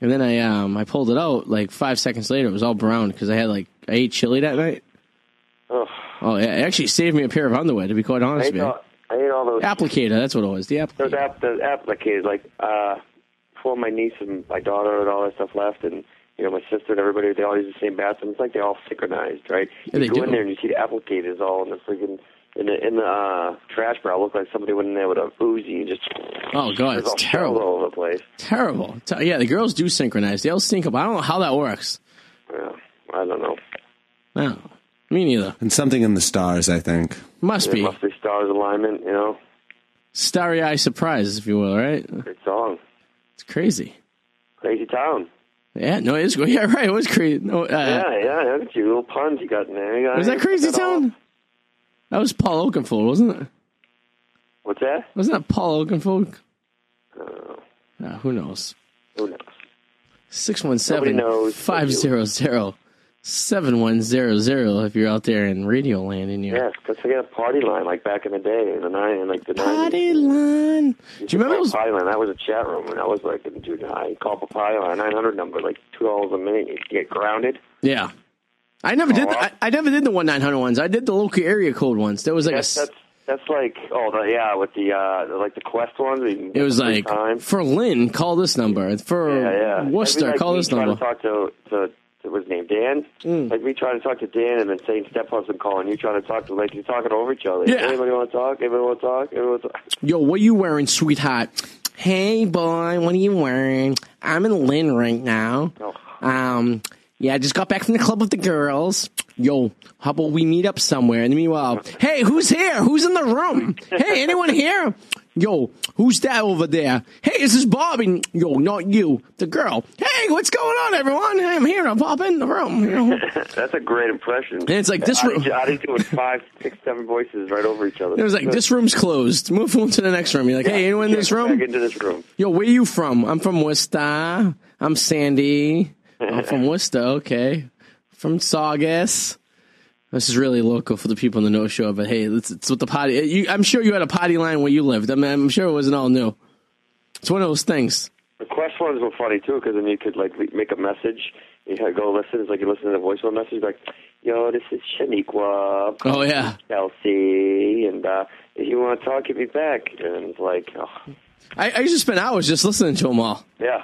[SPEAKER 7] and then I um I pulled it out like five seconds later. It was all brown because I had like I ate chili that night.
[SPEAKER 9] Ugh.
[SPEAKER 7] Oh, yeah, it actually saved me a pair of underwear. To be quite
[SPEAKER 9] I
[SPEAKER 7] honest
[SPEAKER 9] ate,
[SPEAKER 7] with you,
[SPEAKER 9] all, I ate all those
[SPEAKER 7] applicator. That's what it was. The
[SPEAKER 9] those
[SPEAKER 7] applicator.
[SPEAKER 9] app those applicators like uh, before my niece and my daughter and all that stuff left, and you know my sister and everybody they all use the same bathroom. It's like they're all synchronized, right?
[SPEAKER 7] Yeah, they
[SPEAKER 9] you go
[SPEAKER 7] do.
[SPEAKER 9] in there and you see the applicators all in the freaking in the in the uh, trash barrel. Look like somebody went in there with a Uzi and just
[SPEAKER 7] Oh, God,
[SPEAKER 9] There's
[SPEAKER 7] it's
[SPEAKER 9] all shells
[SPEAKER 7] terrible.
[SPEAKER 9] all over the place.
[SPEAKER 7] Terrible. Te- Yeah, the girls do synchronize. They all sync up. I don't know how that works.
[SPEAKER 9] Yeah, I don't know.
[SPEAKER 7] No, me neither.
[SPEAKER 8] And something in the stars, I think.
[SPEAKER 7] Must
[SPEAKER 9] There
[SPEAKER 7] be.
[SPEAKER 9] must be stars alignment. You know,
[SPEAKER 7] starry eye surprise, if you will, right?
[SPEAKER 9] great song,
[SPEAKER 7] It's crazy.
[SPEAKER 9] crazy town.
[SPEAKER 7] Yeah, no, it is. <laughs> Yeah, right. It was crazy. No, uh,
[SPEAKER 9] Yeah, yeah, look at you, little puns you got in there. You got
[SPEAKER 7] Was that Crazy
[SPEAKER 9] all-
[SPEAKER 7] Town? That was Paul Oakenfold, wasn't it?
[SPEAKER 9] What's that?
[SPEAKER 7] Wasn't that Paul Oakenfold?
[SPEAKER 9] Uh,
[SPEAKER 7] Uh, who knows?
[SPEAKER 9] who knows? knows.
[SPEAKER 7] 617-500-7100 if you're out there in radio land and you're
[SPEAKER 9] Yes, because they got a party line like back in the day in the nine in like the
[SPEAKER 7] Party
[SPEAKER 9] 90s.
[SPEAKER 7] line. Do you remember
[SPEAKER 9] Like,
[SPEAKER 7] those?
[SPEAKER 9] party line? That was a chat room when I was like in junior high. You call up a party line nine hundred number like two dollars a minute. You get grounded.
[SPEAKER 7] Yeah. I never did.
[SPEAKER 9] Oh,
[SPEAKER 7] The, I, I never did the one nine hundred ones. I did the local area code ones. There was like a
[SPEAKER 9] That's,
[SPEAKER 7] s
[SPEAKER 9] that's That's like oh the, yeah with the uh like the quest ones. where you can
[SPEAKER 7] It was
[SPEAKER 9] free
[SPEAKER 7] like
[SPEAKER 9] time.
[SPEAKER 7] for Lynn, call this number. For
[SPEAKER 9] yeah, yeah.
[SPEAKER 7] Worcester,
[SPEAKER 9] That'd be like
[SPEAKER 7] call
[SPEAKER 9] me
[SPEAKER 7] this
[SPEAKER 9] trying
[SPEAKER 7] number. Mm.
[SPEAKER 9] To talk to to, to what's his name Dan. Like me trying to talk to Dan and then saying step up and calling you trying to talk to like you're talking over each other.
[SPEAKER 7] Yeah.
[SPEAKER 9] Anybody want to talk? Anybody want to talk? Anybody want to talk?
[SPEAKER 7] Yo, what you wearing, sweetheart? Hey, boy, what are you wearing? I'm in Lynn right now.
[SPEAKER 9] Oh.
[SPEAKER 7] Um, yeah, I just got back from the club with the girls. Yo, how about we meet up somewhere? And meanwhile, hey, who's here? Who's in the room? Hey, anyone here? Yo, who's that over there? Hey, this is Bobby. Yo, not you, the girl. Hey, what's going on, everyone? I'm here. I'm popping in the room. You know?
[SPEAKER 9] That's a great impression. And
[SPEAKER 7] it's like, this
[SPEAKER 9] I,
[SPEAKER 7] room-
[SPEAKER 9] I did do it five, six, seven voices right over each other.
[SPEAKER 7] It was like, this room's closed. Move on to the next room. You're like, hey, anyone in this
[SPEAKER 9] Get
[SPEAKER 7] room?
[SPEAKER 9] Back into this room.
[SPEAKER 7] Yo, where you from? I'm from Worcester. I'm Sandy. I'm from Worcester. Okay, from Saugus. This is really local for the people in the no show, but hey, it's, it's what the potty. You, I'm sure you had a potty line where you lived. I mean, I'm sure it wasn't all new. It's one of those things.
[SPEAKER 9] The quest ones were funny too because then you could like le- make a message. You had to go listen. It's like you listen to the voicemail message, like, "Yo, this is Shaniqua,
[SPEAKER 7] Oh yeah,
[SPEAKER 9] Chelsea, and uh, if you want to talk, get me back." And it's like, oh,
[SPEAKER 7] I, I used to spend hours just listening to them all.
[SPEAKER 9] yeah.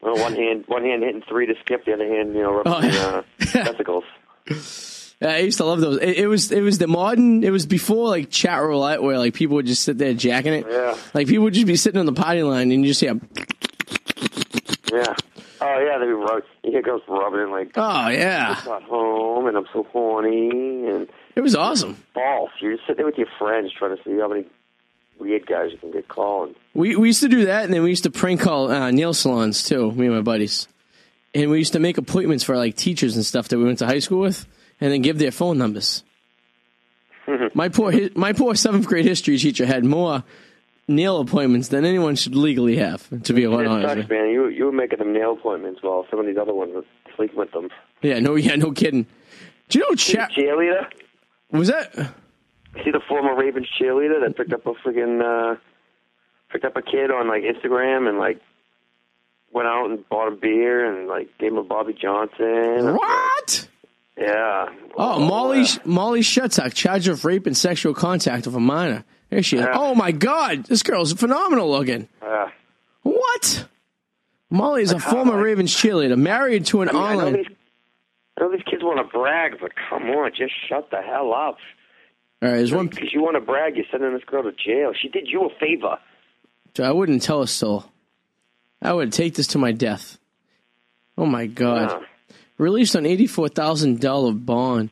[SPEAKER 9] Well, one hand, one hand hitting three to skip, the other hand, you know, rubbing
[SPEAKER 7] Oh,
[SPEAKER 9] uh,
[SPEAKER 7] <laughs>
[SPEAKER 9] testicles.
[SPEAKER 7] I used to love those. It, it was it was the modern. It was before like chat roulette, where like people would just sit there jacking it.
[SPEAKER 9] Yeah.
[SPEAKER 7] Like people would just be sitting on the potty line and you just hear,
[SPEAKER 9] Yeah. Oh yeah, they rub. Here goes rubbing like.
[SPEAKER 7] oh yeah,
[SPEAKER 9] Got home and I'm so horny and
[SPEAKER 7] it was awesome.
[SPEAKER 9] false. You're just sitting there with your friends trying to see how many weird guys you can get calling.
[SPEAKER 7] We we used to do that, and then we used to prank call uh, nail salons too. Me and my buddies, and we used to make appointments for like teachers and stuff that we went to high school with, and then give their phone numbers.
[SPEAKER 9] Mm-hmm.
[SPEAKER 7] my poor hi- my poor seventh grade history teacher had more nail appointments than anyone should legally have. To be
[SPEAKER 9] It
[SPEAKER 7] honest, with you.
[SPEAKER 9] sucks, man. You you were making them nail appointments while some of these other ones were sleeping with them.
[SPEAKER 7] yeah, no, yeah, no kidding. Do you know chat
[SPEAKER 9] Cheerleader?
[SPEAKER 7] was that?
[SPEAKER 9] See the former Ravens cheerleader that picked up a freaking uh, picked up a kid on like Instagram and like went out and bought a beer and like gave him a Bobby Johnson.
[SPEAKER 7] What?
[SPEAKER 9] Yeah.
[SPEAKER 7] Oh, Molly
[SPEAKER 9] uh,
[SPEAKER 7] Molly Shutuck, charged with rape and sexual contact of a minor. There she is.
[SPEAKER 9] Yeah.
[SPEAKER 7] Oh my God, this girl's phenomenal looking.
[SPEAKER 9] uh,
[SPEAKER 7] What? Molly is a former
[SPEAKER 9] like-
[SPEAKER 7] Ravens cheerleader, married to an
[SPEAKER 9] I mean, I know
[SPEAKER 7] online.
[SPEAKER 9] these, I know these kids want to brag, but come on, just shut the hell up.
[SPEAKER 7] All right, there's one.
[SPEAKER 9] Because you want to brag, you're sending this girl to jail. She did you a favor.
[SPEAKER 7] I wouldn't tell a soul. I would take this to my death. Oh my God!
[SPEAKER 9] Uh,
[SPEAKER 7] Released on eighty-four thousand dollar bond.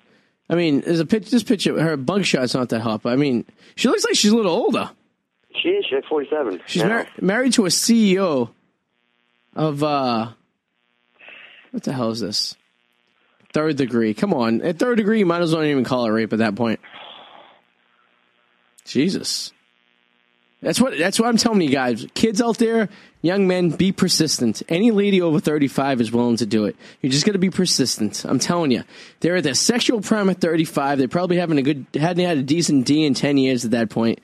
[SPEAKER 7] I mean, there's a picture. This picture, her bug shot's not that hot, but I mean, she looks like she's a little older.
[SPEAKER 9] she is. She's 47.
[SPEAKER 7] She's
[SPEAKER 9] now.
[SPEAKER 7] mar- married to a CEO of uh, what the hell is this? Third degree. Come on, at third degree, you might as well not even call it rape at that point. Jesus, that's what that's what I'm telling you guys, kids out there, young men, be persistent. Any lady over 35 is willing to do it. You're just gonna be persistent. I'm telling you, they're at their sexual prime at 35. They probably haven't a good hadn't had a decent D in 10 years at that point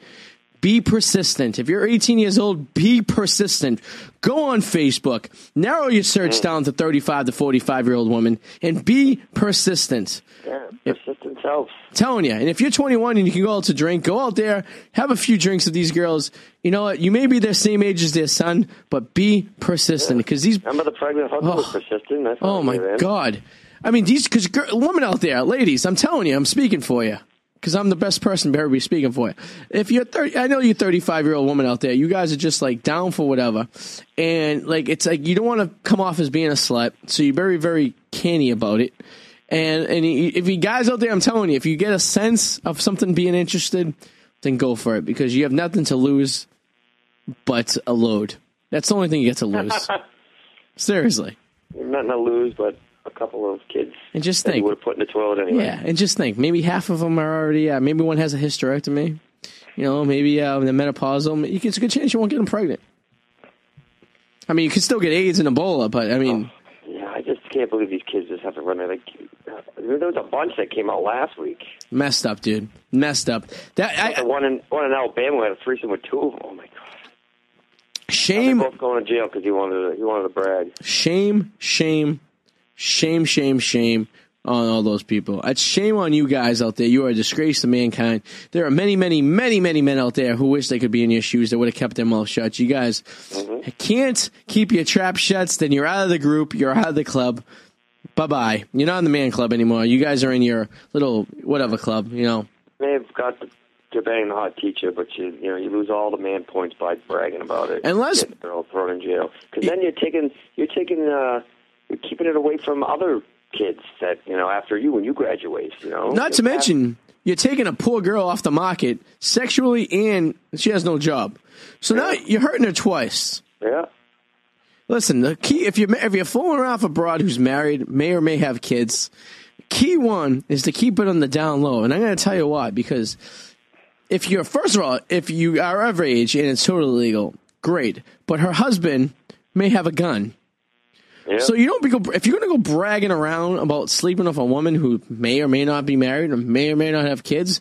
[SPEAKER 7] be persistent. If you're 18 years old, be persistent. Go on Facebook, narrow your search down to 35 to 45 year old women, and be persistent.
[SPEAKER 9] Yeah, persistence helps.
[SPEAKER 7] telling you. And if you're 21 and you can go out to drink, go out there, have a few drinks with these girls. You know what? You may be their same age as their son, but be persistent because these.
[SPEAKER 9] Remember the pregnant husband was
[SPEAKER 7] Oh.
[SPEAKER 9] persistent? That's
[SPEAKER 7] Oh
[SPEAKER 9] not
[SPEAKER 7] my
[SPEAKER 9] good, man.
[SPEAKER 7] God. I mean, these, because women out there, ladies, I'm telling you, I'm speaking for you. Because I'm the best person to ever be speaking for you. If you're 30, I know you 35 year old woman out there, you guys are just like down for whatever. And like, it's like you don't want to come off as being a slut. So you're very, very canny about it. And, and you- if you guys out there, I'm telling you, if you get a sense of something being interested, then go for it because you have nothing to lose but a load. That's the only thing you get to lose. Seriously.
[SPEAKER 9] Nothing to lose but a couple of kids.
[SPEAKER 7] And just
[SPEAKER 9] that you
[SPEAKER 7] think.
[SPEAKER 9] would have put in the toilet anyway.
[SPEAKER 7] Yeah, and just think, maybe half of them are already. Uh, maybe one has a hysterectomy. You know, maybe uh, the menopausal. You can, it's a good chance you won't get them pregnant. I mean, you could still get AIDS and Ebola, but I mean,
[SPEAKER 9] Yeah, I just can't believe these kids just have to run out of. There was a bunch that came out last week.
[SPEAKER 7] messed up, dude, messed up. That
[SPEAKER 9] The
[SPEAKER 7] I,
[SPEAKER 9] one in one in Alabama had a threesome with two of them. Oh my god! They're
[SPEAKER 7] shame,
[SPEAKER 9] both going to jail because he wanted to, he wanted to brag.
[SPEAKER 7] shame, shame, shame, shame, shame on all those people. It's shame on you guys out there. You are a disgrace to mankind. There are many, many, many, many men out there who wish they could be in your shoes that would have kept their mouth shut. You guys can't keep your trap shuts. Then you're out of the group. You're out of the club. Bye bye. You're not in the man club anymore. You guys are in your little whatever club. You know.
[SPEAKER 9] They've got to, to bang the hot teacher, but you you know you lose all the man points by bragging about it.
[SPEAKER 7] Unless-
[SPEAKER 9] Get the girl thrown in jail, because then you're taking you're taking uh, you're keeping it away from other kids that you know after you when you graduate. You know,
[SPEAKER 7] Not to
[SPEAKER 9] You're-
[SPEAKER 7] mention, you're taking a poor girl off the market sexually, and she has no job. So now you're hurting her twice.
[SPEAKER 9] yeah.
[SPEAKER 7] Listen, the key if you if you're fooling around with a broad who's married, may or may have kids, key one is to keep it on the down low. And I'm going to tell you why because if you're first of all, if you are of age and it's totally legal, great. But her husband may have a gun.
[SPEAKER 9] Yeah.
[SPEAKER 7] So you don't be go if you're gonna go bragging around about sleeping with a woman who may or may not be married or may or may not have kids,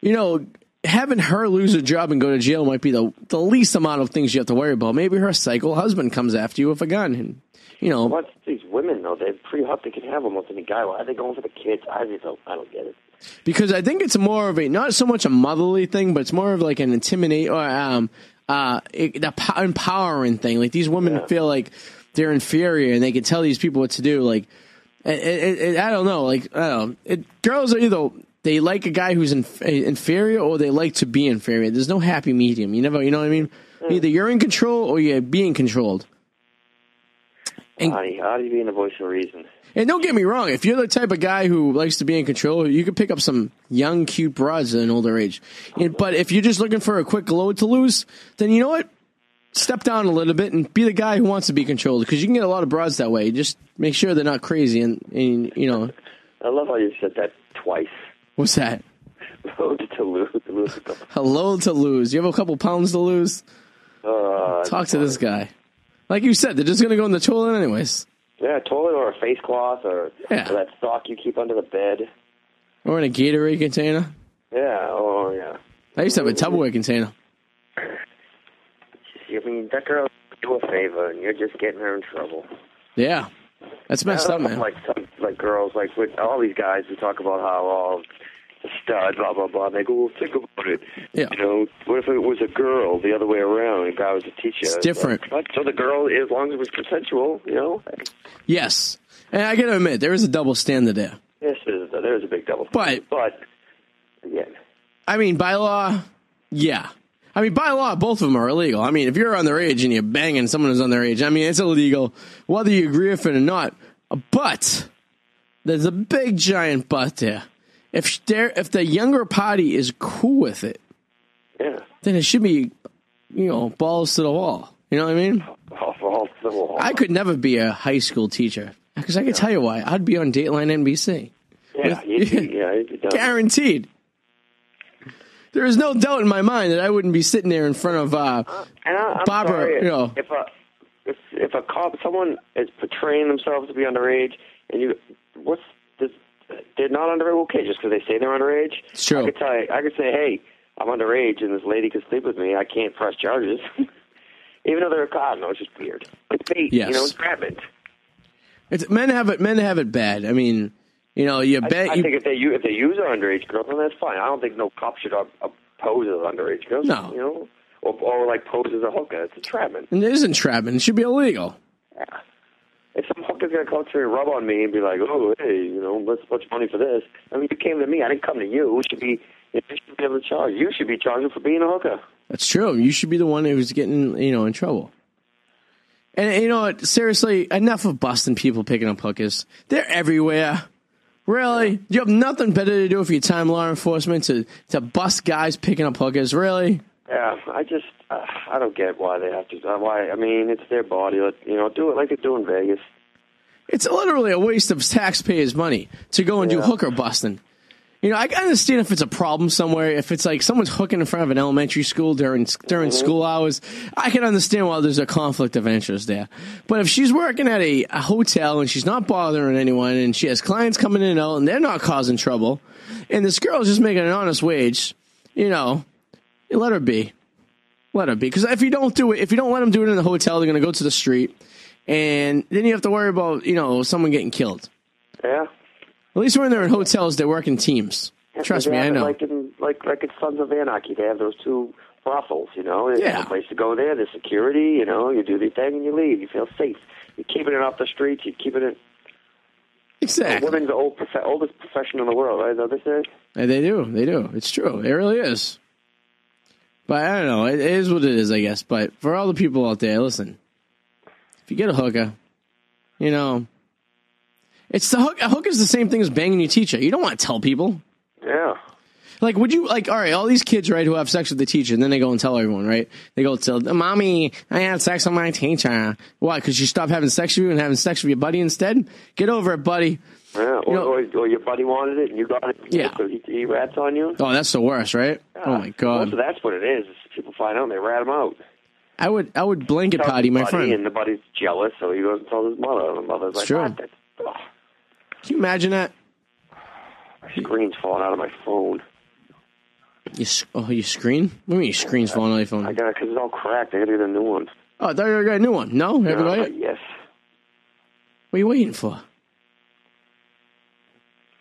[SPEAKER 7] you know, having her lose a job and go to jail might be the the least amount of things you have to worry about. Maybe her psycho husband comes after you with a gun, and you know,
[SPEAKER 9] What's these women though? They're pretty hot. They can have almost any guy. Why are they going for the kids? I just don't. I don't get it.
[SPEAKER 7] because I think it's more of a not so much a motherly thing, but it's more of like an intimidate or um uh it, the po- empowering thing. Like these women feel like they're inferior and they can tell these people what to do. Like it, it, it, I don't know. Like I don't know. It, girls are either they like a guy who's inf- inferior or they like to be inferior. There's no happy medium. You never. You know what I mean? Either you're in control or you're being controlled. And-
[SPEAKER 9] Honey, how do you be in the voice of reason?
[SPEAKER 7] And don't get me wrong, if you're the type of guy who likes to be in control, you can pick up some young, cute broads at an older age. And, but if you're just looking for a quick load to lose, then you know what? Step down a little bit and be the guy who wants to be controlled because you can get a lot of broads that way. Just make sure they're not crazy and, and you know,
[SPEAKER 9] I love how you said that twice. <laughs>
[SPEAKER 7] what's that?
[SPEAKER 9] Load to lose, lose a couple.
[SPEAKER 7] A load to lose. You have a couple pounds to lose?
[SPEAKER 9] Uh,
[SPEAKER 7] Talk to this guy. Like you said, they're just going to go in the toilet anyways
[SPEAKER 9] yeah, a toilet or a face cloth or,
[SPEAKER 7] Yeah.
[SPEAKER 9] or that sock you keep under the bed.
[SPEAKER 7] or in a Gatorade container.
[SPEAKER 9] Yeah. Oh yeah.
[SPEAKER 7] I used to have a Tupperware container.
[SPEAKER 9] I mean, that girl do a favor, and you're just getting her in trouble.
[SPEAKER 7] Yeah. That's messed up, man.
[SPEAKER 9] Like some, like girls, like with all these guys who talk about how all the stud, blah blah blah. And they go, well, think about it.
[SPEAKER 7] Yeah.
[SPEAKER 9] You know, what if it was a girl the other way around? and A guy was a teacher.
[SPEAKER 7] It's different.
[SPEAKER 9] Like, what? So the girl, as long as it was consensual, you know.
[SPEAKER 7] Yes. And I gotta admit, there is a double standard there.
[SPEAKER 9] This is there's a big double.
[SPEAKER 7] But-
[SPEAKER 9] but again,
[SPEAKER 7] I mean, by law, yeah. I mean, by law, both of them are illegal. I mean, if you're underage and you're banging someone who's underage, I mean, it's illegal, whether you agree with it or not. But there's a big giant but there. If there, if the younger party is cool with it,
[SPEAKER 9] yeah.
[SPEAKER 7] then it should be, you know, balls to the wall. You know what I mean?
[SPEAKER 9] Off all the wall.
[SPEAKER 7] I could never be a high school teacher because I can tell you why. I'd be on Dateline NBC.
[SPEAKER 9] yeah,
[SPEAKER 7] <laughs>
[SPEAKER 9] you'd be, yeah, you'd be done.
[SPEAKER 7] guaranteed. There is no doubt in my mind that I wouldn't be sitting there in front of. Uh,
[SPEAKER 9] And I, I'm
[SPEAKER 7] Barbara,
[SPEAKER 9] sorry,
[SPEAKER 7] you know.
[SPEAKER 9] if a if, if a cop, someone is portraying themselves to be underage, and you, what's this? They're not underage. Okay, just because they say they're underage,
[SPEAKER 7] It's true.
[SPEAKER 9] I could tell. You, I could say, hey, I'm underage, and this lady could sleep with me. I can't press charges, <laughs> even though they're a cop. No, it's just weird. It's bait.
[SPEAKER 7] Yes.
[SPEAKER 9] You know, it's rampant.
[SPEAKER 7] it's, men have it. Men have it bad. I mean, you know, you
[SPEAKER 9] I,
[SPEAKER 7] bet.
[SPEAKER 9] I
[SPEAKER 7] you,
[SPEAKER 9] think if they u- if they use an underage girl, then that's fine. I don't think no cop should op- oppose an underage girl.
[SPEAKER 7] No.
[SPEAKER 9] you know, or, or like pose as a hooker. It's entrapment.
[SPEAKER 7] and <laughs> it is entrapment. It should be illegal.
[SPEAKER 9] if some hooker's gonna come up to me, rub on me, and be like, "Oh, hey, you know, let's bunch money for this." I mean, you came to me. I didn't come to you. We should be, you should be able to charge. You should be charging for being a hooker.
[SPEAKER 7] That's true. You should be the one who's getting you know in trouble. And you know what? Seriously, enough of busting people picking up hookers. They're everywhere. Really, you have nothing better to do with your time, law enforcement, to to bust guys picking up hookers. Really,
[SPEAKER 9] Yeah, I just, uh, I don't get why they have to. uh, Why? I mean, it's their body. Let, you know, do it like they do in Vegas.
[SPEAKER 7] It's literally a waste of taxpayers' money to go and do
[SPEAKER 9] Yeah.
[SPEAKER 7] hooker busting. You know, I can understand if it's a problem somewhere. If it's like someone's hooking in front of an elementary school during during school hours, I can understand why there's a conflict of interest there. But if she's working at a, a hotel and she's not bothering anyone, and she has clients coming in and out, and they're not causing trouble, and this girl's just making an honest wage, you know, let her be. Let her be. Because if you don't do it, if you don't let them do it in the hotel, they're going to go to the street, and then you have to worry about you know someone getting killed.
[SPEAKER 9] Yeah,
[SPEAKER 7] At least when they're in hotels, they work in teams.
[SPEAKER 9] And
[SPEAKER 7] Trust
[SPEAKER 9] they
[SPEAKER 7] me,
[SPEAKER 9] have
[SPEAKER 7] I
[SPEAKER 9] it
[SPEAKER 7] know.
[SPEAKER 9] Like in like like in Sons of Anarchy, they have those two brothels. You know, there's
[SPEAKER 7] Yeah.
[SPEAKER 9] a place to go there. There's security. You know, you do the thing and you leave. You feel safe. You're keeping it off the streets. You're keeping it.
[SPEAKER 7] exactly.
[SPEAKER 9] Women's the old prof- oldest profession in the world, right? Is that what they say?
[SPEAKER 7] Yeah, They do. They do. It's true. It really is. But I don't know. It is what it is, I guess. But for all the people out there, listen. If you get a hooker, you know, it's the hook. A hooker's the same thing as banging your teacher. You don't want to tell people.
[SPEAKER 9] Yeah.
[SPEAKER 7] Like, would you like? All right, all these kids, right, who have sex with the teacher, and then they go and tell everyone, right? They go tell, "Mommy, I had sex with my teacher." Why? Because you stopped having sex with you and having sex with your buddy instead. Get over it, buddy.
[SPEAKER 9] Yeah. Or,
[SPEAKER 7] You know-
[SPEAKER 9] or, or your buddy wanted it and you got it.
[SPEAKER 7] Yeah.
[SPEAKER 9] So he, he rats on you.
[SPEAKER 7] Oh, that's the worst, right? Oh my god.
[SPEAKER 9] Most of that's what it is. is People find out and they rat him out.
[SPEAKER 7] I would I would blanket
[SPEAKER 9] Tells
[SPEAKER 7] potty
[SPEAKER 9] his
[SPEAKER 7] my
[SPEAKER 9] buddy,
[SPEAKER 7] friend.
[SPEAKER 9] And the buddy's jealous, so he goes and tells his mother. And the mother's like,
[SPEAKER 7] true.
[SPEAKER 9] "Ah, that's, ugh,
[SPEAKER 7] Can you imagine that?
[SPEAKER 9] my screen's falling out of my phone.
[SPEAKER 7] You, s- oh, your screen? What do you mean your screen's falling out of your
[SPEAKER 9] I
[SPEAKER 7] phone?
[SPEAKER 9] got it because it's all cracked. I got to get a new one.
[SPEAKER 7] Oh, I thought you got a new one. No? You haven't got
[SPEAKER 9] Uh,
[SPEAKER 7] it?
[SPEAKER 9] yes.
[SPEAKER 7] What are you waiting for?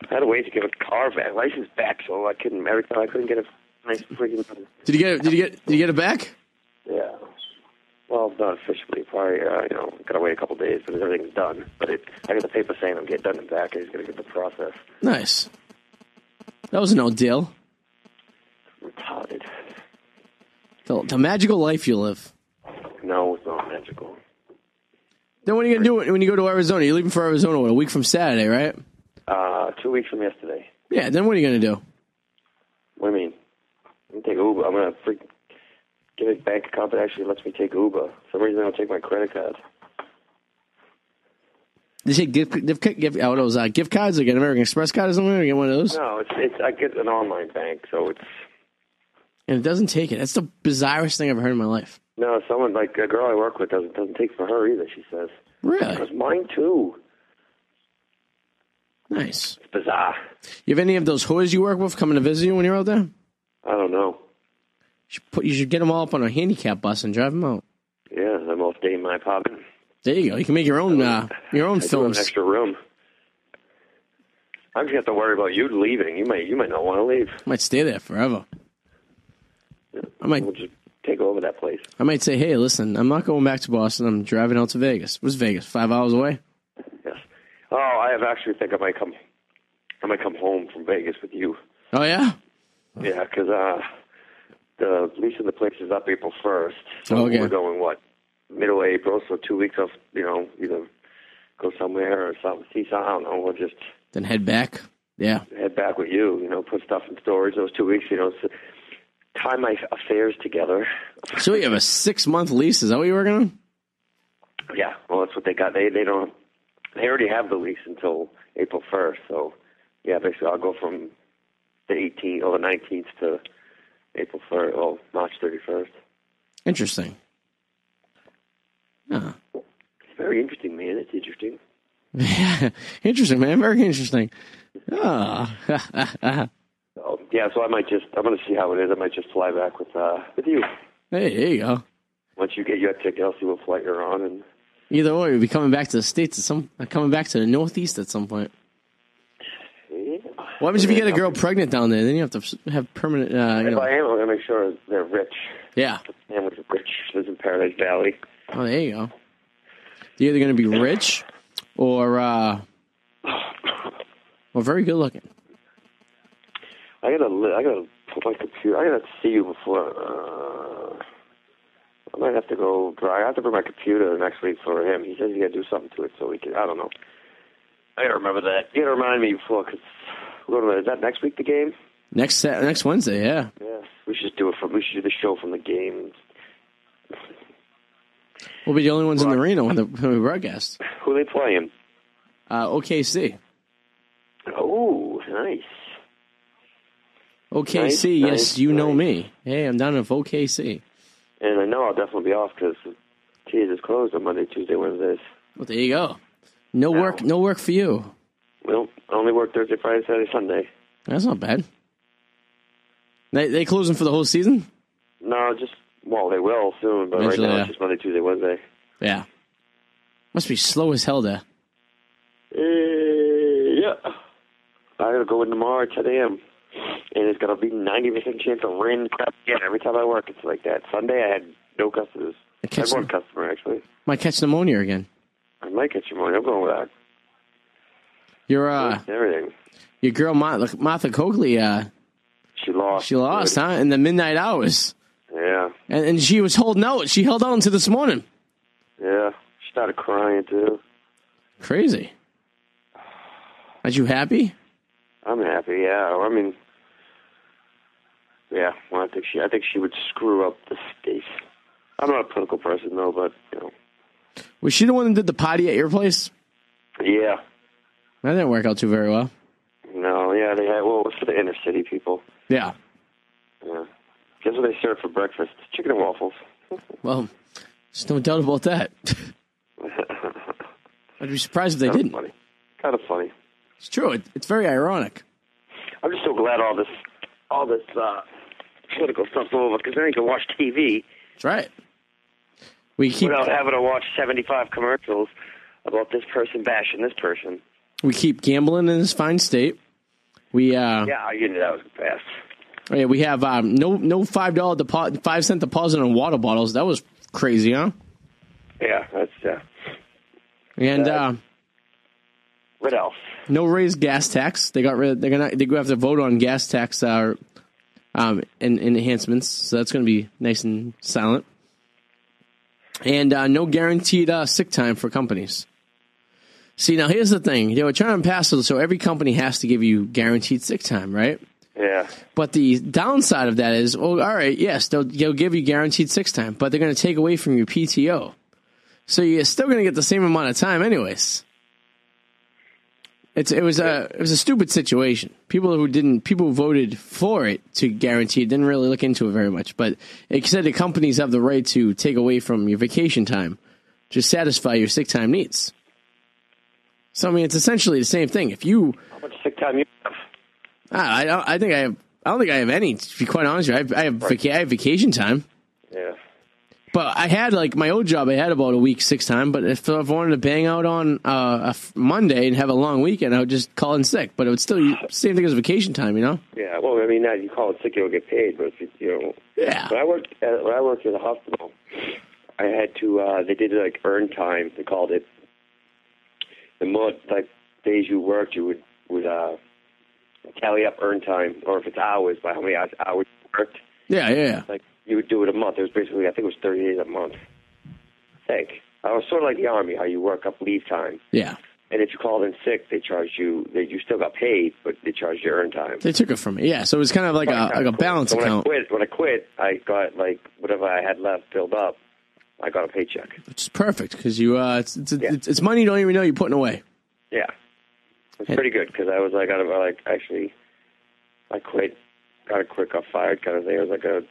[SPEAKER 9] I had to wait to get a car back, license back, so I couldn't. Every time I couldn't get a nice freaking.
[SPEAKER 7] Did you get it? Did you get? Did you get it back?
[SPEAKER 9] Yeah. Well, not officially. Probably, uh, you know, gotta wait a couple days because everything's done. But it, I got the paper saying I'm getting done and back. I just gotta get the process.
[SPEAKER 7] Nice. That was no deal.
[SPEAKER 9] Retarded.
[SPEAKER 7] The, the magical life you live.
[SPEAKER 9] No, it's not magical.
[SPEAKER 7] Then what are you gonna do when- when you go to Arizona? You're leaving for Arizona what, a week from Saturday, right?
[SPEAKER 9] Uh, two weeks from yesterday.
[SPEAKER 7] Yeah. Then what are you gonna do?
[SPEAKER 9] What do you mean? I'm gonna take Uber. I'm gonna freak. Get a bank account that actually lets me take Uber. For some reason, I don't take my credit card.
[SPEAKER 7] Did you take gift, gift, gift, oh, those uh, gift cards? Like an American Express card or something? Or get one of those?
[SPEAKER 9] No, it's it's. I get an online bank, so it's
[SPEAKER 7] And it doesn't take it. That's the bizarrest thing I've heard in my life.
[SPEAKER 9] No, someone like a girl I work with doesn't doesn't take for her either. She says
[SPEAKER 7] Really?
[SPEAKER 9] because mine too.
[SPEAKER 7] Nice.
[SPEAKER 9] It's bizarre.
[SPEAKER 7] You have any of those whores you work with coming to visit you when you're out there? You
[SPEAKER 9] I don't know.
[SPEAKER 7] should, put, you should get them all up on a handicap bus and drive them out.
[SPEAKER 9] Yeah, I'm off day in my apartment.
[SPEAKER 7] There you go. You can make your own uh, your own
[SPEAKER 9] I do have an
[SPEAKER 7] films.
[SPEAKER 9] extra room. I'm gonna have to worry about you leaving. You might you might not want to leave.
[SPEAKER 7] I might stay there forever. I might
[SPEAKER 9] We'll just take over that place.
[SPEAKER 7] I might say, hey, listen, I'm not going back to Boston. I'm driving out to Vegas. What's Vegas? Five hours away.
[SPEAKER 9] Yes. Oh, I have actually think I might come. I might come home from Vegas with you.
[SPEAKER 7] Oh yeah.
[SPEAKER 9] Yeah, because uh, the lease of the place is up April first. So
[SPEAKER 7] Oh, Okay.
[SPEAKER 9] we're going what middle of April, so two weeks of you know either go somewhere or something. See, some- I don't know. We'll just
[SPEAKER 7] Then head back. Yeah.
[SPEAKER 9] head back with you. You know, put stuff in storage those two weeks. You know, s tie my affairs together.
[SPEAKER 7] So you have a six month lease. Is that what you're working on?
[SPEAKER 9] Yeah, well, that's what they got. They they don't. They already have the lease until April first. So yeah, basically, I'll go from the 18th or the 19th to April 1st, or March 31st.
[SPEAKER 7] <laughs> Interesting. Huh.
[SPEAKER 9] It's very interesting, man. It's interesting.
[SPEAKER 7] interesting, man. Very interesting. Ah.
[SPEAKER 9] So, Um, yeah, so I might just I'm gonna see how it is. I might just fly back with uh with you.
[SPEAKER 7] hey, there you go.
[SPEAKER 9] Once you get your ticket, I'll see what flight you're on and
[SPEAKER 7] Either way, you'll be coming back to the states at some, uh, coming back to the northeast at some point. What happens if you get a girl pregnant down there? Then you have to s- have permanent. Uh, you
[SPEAKER 9] if I
[SPEAKER 7] know,
[SPEAKER 9] am I'm gonna make sure they're rich.
[SPEAKER 7] yeah.
[SPEAKER 9] Family's rich, lives in Paradise Valley.
[SPEAKER 7] Oh, there you go. You're either going to be rich or uh, or very good looking.
[SPEAKER 9] I gotta li- I gotta put my computer I gotta see you before uh I might have to go dry. I have to bring my computer next week for him. He says you gotta do something to it so we can I don't know. I gotta remember that. You gotta remind me before, cause we're gonna, is that next week the game?
[SPEAKER 7] Next Sat- next Wednesday, yeah.
[SPEAKER 9] Yeah, we should do it from. We should do the show from the game.
[SPEAKER 7] We'll be the only ones in the arena when the when we broadcast.
[SPEAKER 9] Who they playing?
[SPEAKER 7] Uh, OKC,
[SPEAKER 9] Oh, nice.
[SPEAKER 7] OKC.
[SPEAKER 9] Nice,
[SPEAKER 7] yes,
[SPEAKER 9] nice,
[SPEAKER 7] you know
[SPEAKER 9] nice.
[SPEAKER 7] me. Hey, I'm down in OKC.
[SPEAKER 9] And I know I'll definitely be off because Tears is closed on Monday, Tuesday, Wednesdays.
[SPEAKER 7] Well, there you go. No work, no work for you.
[SPEAKER 9] Well, I only work Thursday, Friday, Saturday, Sunday.
[SPEAKER 7] That's not bad. They they closing for the whole season?
[SPEAKER 9] No, just well, they will soon, but
[SPEAKER 7] Eventually,
[SPEAKER 9] right now
[SPEAKER 7] yeah.
[SPEAKER 9] it's just Monday, Tuesday, Wednesday.
[SPEAKER 7] Yeah. Must be slow as hell there.
[SPEAKER 9] Uh, yeah. I gotta go in tomorrow at 10 a.m. And it's gonna be 90% chance of rain and crap again every time I work. It's like that. Sunday I had no customers.
[SPEAKER 7] I
[SPEAKER 9] I
[SPEAKER 7] catch
[SPEAKER 9] had one
[SPEAKER 7] some-
[SPEAKER 9] customer actually.
[SPEAKER 7] Might catch pneumonia again.
[SPEAKER 9] I might get you money. I'm going with that.
[SPEAKER 7] Your uh,
[SPEAKER 9] Everything.
[SPEAKER 7] your girl Martha, Martha Coakley, uh,
[SPEAKER 9] She lost.
[SPEAKER 7] she lost, huh? In the midnight hours,
[SPEAKER 9] Yeah,
[SPEAKER 7] and, and she was holding out. She held out until this morning.
[SPEAKER 9] yeah. She started crying too.
[SPEAKER 7] Crazy. Aren't you happy?
[SPEAKER 9] I'm happy. Yeah, I mean, yeah. Well, I think she. I think she would screw up the state. I'm not a political person though, but you know.
[SPEAKER 7] Was she the one that did the potty at your place?
[SPEAKER 9] Yeah.
[SPEAKER 7] That didn't work out too very well.
[SPEAKER 9] No. Yeah. They had. Well, it's for the inner city people.
[SPEAKER 7] Yeah.
[SPEAKER 9] Yeah. Guess what they serve for breakfast? Chicken and waffles. <laughs>
[SPEAKER 7] Well, there's no doubt about that. <laughs> I'd be surprised if they
[SPEAKER 9] Kind of
[SPEAKER 7] didn't.
[SPEAKER 9] funny. Kind of funny.
[SPEAKER 7] It's true. It, it's very ironic.
[SPEAKER 9] I'm just so glad all this, all this uh, political stuff's over because then you can watch TV
[SPEAKER 7] That's right. We keep
[SPEAKER 9] without having to watch 75 commercials about this person bashing this person.
[SPEAKER 7] we keep gambling in this fine state. We uh
[SPEAKER 9] Yeah, you knew that was fast.
[SPEAKER 7] oh, yeah, we have um, no no five dollar deposit five cent deposit on water bottles. That was crazy, huh?
[SPEAKER 9] Yeah, that's uh,
[SPEAKER 7] And
[SPEAKER 9] Yeah.
[SPEAKER 7] uh,
[SPEAKER 9] what else?
[SPEAKER 7] no raised gas tax. They got rid. They're gonna they go have to vote on gas tax uh, um, and, and enhancements. So that's gonna be nice and silent. And uh, no guaranteed uh, sick time for companies. See, now here's the thing. They were trying to pass it so every company has to give you guaranteed sick time, right?
[SPEAKER 9] Yeah,
[SPEAKER 7] But the downside of that is, well, all right, yes, they'll, they'll give you guaranteed six time, but they're going to take away from your PTO. So you're still going to get the same amount of time, anyways. It's it was a it was a stupid situation. People who didn't people who voted for it to guarantee it didn't really look into it very much. But it said the companies have the right to take away from your vacation time to satisfy your sick time needs. So I mean, it's essentially the same thing. If you
[SPEAKER 9] how much sick time you have?
[SPEAKER 7] Ah, I I, don't, I think I have. I don't think I have any. To be quite honest, with you. I have I have, vaca- I have vacation time,
[SPEAKER 9] Yeah,
[SPEAKER 7] but I had like my old job. I had about a week six time. But if I wanted to bang out on uh, a f- Monday and have a long weekend, I would just call in sick. But it would still same thing as vacation time, you know?
[SPEAKER 9] yeah. Well, I mean, now you call it sick, you don't get paid, but if you, you know,
[SPEAKER 7] Yeah.
[SPEAKER 9] When I worked at, when I worked at a hospital, I had to. Uh, they did like earn time. They called it. The more like days you worked, you would would uh, tally up earn time, or if it's hours, by how many hours, hours you worked.
[SPEAKER 7] Yeah, yeah, yeah.
[SPEAKER 9] Like you would do it a month. It was basically I think it was thirty days a month. I think I was sort of like the army, how you work up leave time,
[SPEAKER 7] Yeah.
[SPEAKER 9] and if you called in sick, they charged you. They, you still got paid, but they charged you earn time.
[SPEAKER 7] They took it from me. Yeah, so it was kind of like a like a balance
[SPEAKER 9] so when
[SPEAKER 7] account,
[SPEAKER 9] I quit, when I quit, I got like whatever I had left filled up. I got a paycheck.
[SPEAKER 7] which is perfect because you uh, it's it's,
[SPEAKER 9] Yeah.
[SPEAKER 7] it's it's money you don't even know you're putting away.
[SPEAKER 9] Yeah, it's pretty good because I was like, out of like actually, I quit, got a quit, got fired kind of thing. It was like a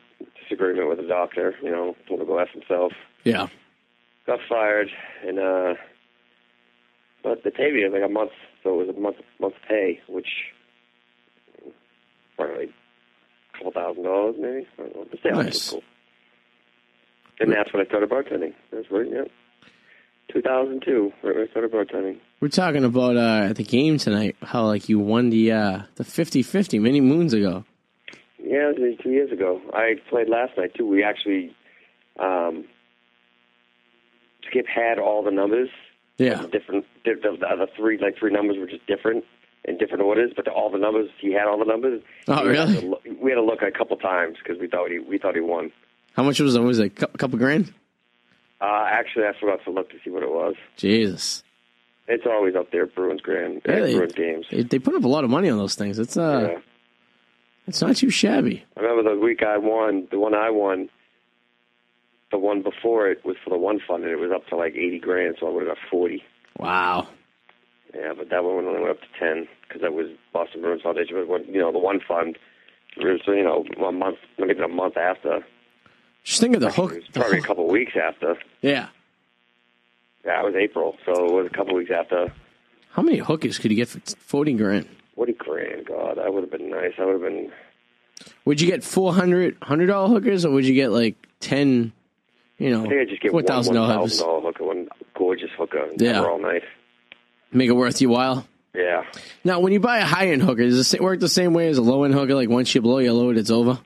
[SPEAKER 9] disagreement with a doctor. You know, want to go F himself.
[SPEAKER 7] Yeah.
[SPEAKER 9] Got fired, and uh, but the pay me was like a month, so it was a month month pay, which probably a couple thousand dollars maybe. I don't know. But still, it was
[SPEAKER 7] Nice.
[SPEAKER 9] cool. And that's when I started bartending. That's right, yeah. 2002, right when I started bartending.
[SPEAKER 7] We're talking about uh, at the game tonight how like you won the uh, the 50-50 many moons ago.
[SPEAKER 9] Yeah, it was two years ago. I played last night too. We actually, um, Skip had all the numbers.
[SPEAKER 7] Yeah.
[SPEAKER 9] Different, di- the, the other three, like three numbers were just different in different orders, but all the numbers he had all the numbers.
[SPEAKER 7] Oh,
[SPEAKER 9] We had
[SPEAKER 7] really?
[SPEAKER 9] to look- We had to look a couple times because we thought he we thought he won.
[SPEAKER 7] How much was it? Was it a cou- couple grand?
[SPEAKER 9] Uh, actually, I forgot to look to see what it was.
[SPEAKER 7] Jesus.
[SPEAKER 9] It's always up there, Bruins Grand, uh,
[SPEAKER 7] Yeah,
[SPEAKER 9] Bruins games.
[SPEAKER 7] They, they put up a lot of money on those things. It's uh,
[SPEAKER 9] Yeah.
[SPEAKER 7] it's not too shabby.
[SPEAKER 9] I remember the week I won, the one I won, the one before it was for the one fund, and it was up to like 80 grand, so I would have got 40.
[SPEAKER 7] Wow.
[SPEAKER 9] Yeah, but that one only went up to 10 because that was Boston Bruins Foundation. But, when- you know, the one fund, it was, you know, a month, not even a month after.
[SPEAKER 7] Just think of the
[SPEAKER 9] It
[SPEAKER 7] hook.
[SPEAKER 9] was
[SPEAKER 7] the
[SPEAKER 9] probably a
[SPEAKER 7] hook-
[SPEAKER 9] couple weeks after.
[SPEAKER 7] Yeah.
[SPEAKER 9] Yeah, it was April, so it was a couple weeks after.
[SPEAKER 7] How many hookers could you get for t- forty grand?
[SPEAKER 9] What a grand, God, that would have been nice. I would have been,
[SPEAKER 7] Would you get 400 hundred dollar hookers, or would you get like ten? You know,
[SPEAKER 9] I think I just get
[SPEAKER 7] four
[SPEAKER 9] one
[SPEAKER 7] thousand
[SPEAKER 9] $1,000
[SPEAKER 7] dollars.
[SPEAKER 9] hooker, one gorgeous hooker, and
[SPEAKER 7] Yeah.
[SPEAKER 9] they were all nice.
[SPEAKER 7] Make it worth your while.
[SPEAKER 9] Yeah.
[SPEAKER 7] Now, when you buy a high end hooker, does it work the same way as a low end hooker? Like once you blow your load, it's over.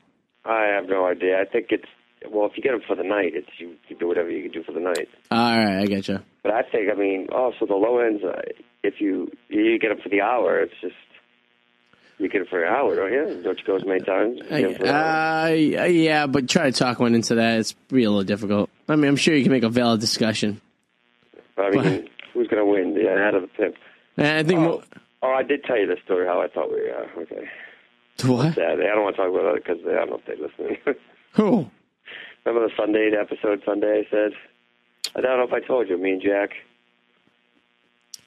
[SPEAKER 9] I have no idea. I think it's well, if you get them for the night, it's you, you do whatever you can do for the night.
[SPEAKER 7] All right, I gotcha.
[SPEAKER 9] But I think, I mean, oh, so the low ends, uh, if you you get them for the hour, it's just you get it for an hour, don't you? Don't you go as many times? You
[SPEAKER 7] Uh,
[SPEAKER 9] get 'em for an hour.
[SPEAKER 7] uh, yeah, but try to talk one into that. It's be a little difficult. I mean, I'm sure you can make a valid discussion.
[SPEAKER 9] But I mean, who's gonna win, the ad or the pimp?
[SPEAKER 7] And I think
[SPEAKER 9] Oh, oh, I did tell you the story how I thought we. Uh, okay,
[SPEAKER 7] mo- what?
[SPEAKER 9] yeah, I don't want to talk about it because I don't know if they're listening. <laughs>
[SPEAKER 7] Who?
[SPEAKER 9] Remember the Sunday the episode? Sunday, I said. I don't know if I told you, me and Jack.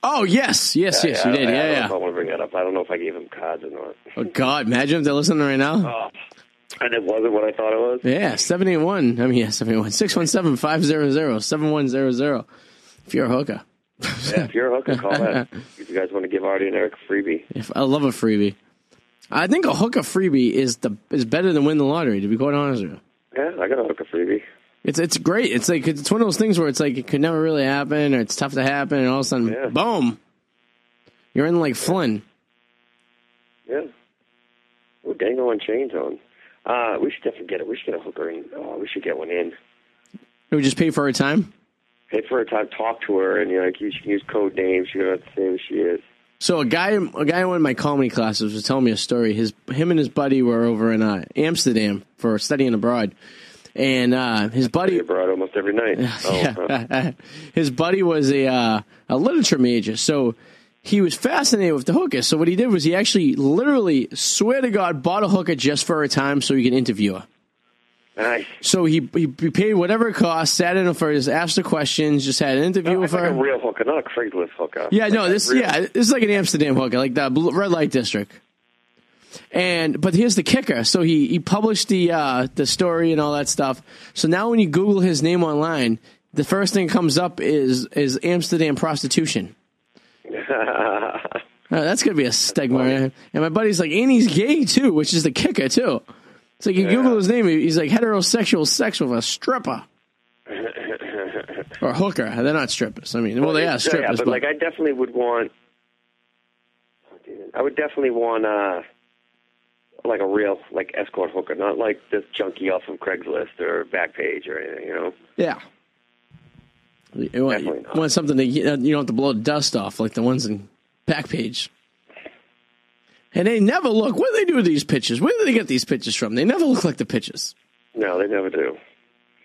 [SPEAKER 7] Oh yes, yes, yes, you
[SPEAKER 9] I-
[SPEAKER 7] did.
[SPEAKER 9] I, I
[SPEAKER 7] yeah,
[SPEAKER 9] don't know
[SPEAKER 7] yeah.
[SPEAKER 9] if I want to bring that up. I don't know if I gave him cards or not.
[SPEAKER 7] Oh God, imagine if they're listening right now.
[SPEAKER 9] Oh, and it wasn't what I thought it was.
[SPEAKER 7] Yeah, seven eight one. I mean, yeah, seven eight one six one seven five zero zero seven one zero zero. If you're a hooker,
[SPEAKER 9] Yeah, if you're a
[SPEAKER 7] <laughs>
[SPEAKER 9] hooker, call that. if you guys want to give Artie and Eric a freebie.
[SPEAKER 7] if I love a freebie, I think a hooker freebie is the is better than win the lottery. To be quite honest with you.
[SPEAKER 9] Yeah, I got a hooker freebie.
[SPEAKER 7] It's it's great. It's like it's one of those things where it's like it could never really happen, or it's tough to happen, and all of a sudden,
[SPEAKER 9] Yeah.
[SPEAKER 7] boom, you're in like Flynn.
[SPEAKER 9] Yeah. Ooh, dangle and chains on. Uh, we should definitely get it. We should get a hooker in. Oh, we should get one in.
[SPEAKER 7] It would just pay for our time.
[SPEAKER 9] Pay for her time, talk to her, and you know, like, you- she can use code names. She don't have to say who she is.
[SPEAKER 7] So a guy, a guy in one of my comedy classes was telling me a story. His him and his buddy were over in uh, Amsterdam for studying abroad, and uh, his buddy
[SPEAKER 9] You're abroad almost
[SPEAKER 7] <laughs>
[SPEAKER 9] every night. Oh, huh.
[SPEAKER 7] his buddy was a uh, a literature major, so he was fascinated with the hooker. So what he did was he actually, literally, swear to God, bought a hooker just for her time so he could interview her.
[SPEAKER 9] nice.
[SPEAKER 7] So he he, he paid whatever it cost, sat in for his, asked the questions, just had an interview
[SPEAKER 9] No,
[SPEAKER 7] with
[SPEAKER 9] it's like
[SPEAKER 7] her.
[SPEAKER 9] a real hooker, not a Craigslist hooker.
[SPEAKER 7] yeah, no,
[SPEAKER 9] Like a
[SPEAKER 7] this
[SPEAKER 9] real-
[SPEAKER 7] yeah, this is like an Amsterdam hooker, like the blue, red light district. And but here's the kicker. So he he published the uh, the story and all that stuff. So now when you Google his name online, the first thing that comes up is is Amsterdam prostitution. Uh, that's gonna be a
[SPEAKER 9] Oh,
[SPEAKER 7] stigma. right? And my buddy's like, and he's gay too, which is the kicker too. It's like you Google his name, he's like heterosexual sex with a stripper
[SPEAKER 9] <laughs>
[SPEAKER 7] <laughs> or hooker. They're not strippers. I mean, well, they are
[SPEAKER 9] Yeah,
[SPEAKER 7] strippers,
[SPEAKER 9] but, like I definitely would want. oh, I would definitely want uh, like a real like escort hooker, not like this junkie off of Craigslist or Backpage or anything. You know,
[SPEAKER 7] Yeah. You want,
[SPEAKER 9] Definitely
[SPEAKER 7] you
[SPEAKER 9] not.
[SPEAKER 7] want something that you, that you don't have to blow the dust off like the ones in Backpage. And they never look. What do they do with these pictures? Where do they get these pictures from? They never look like the pictures.
[SPEAKER 9] no, they never do.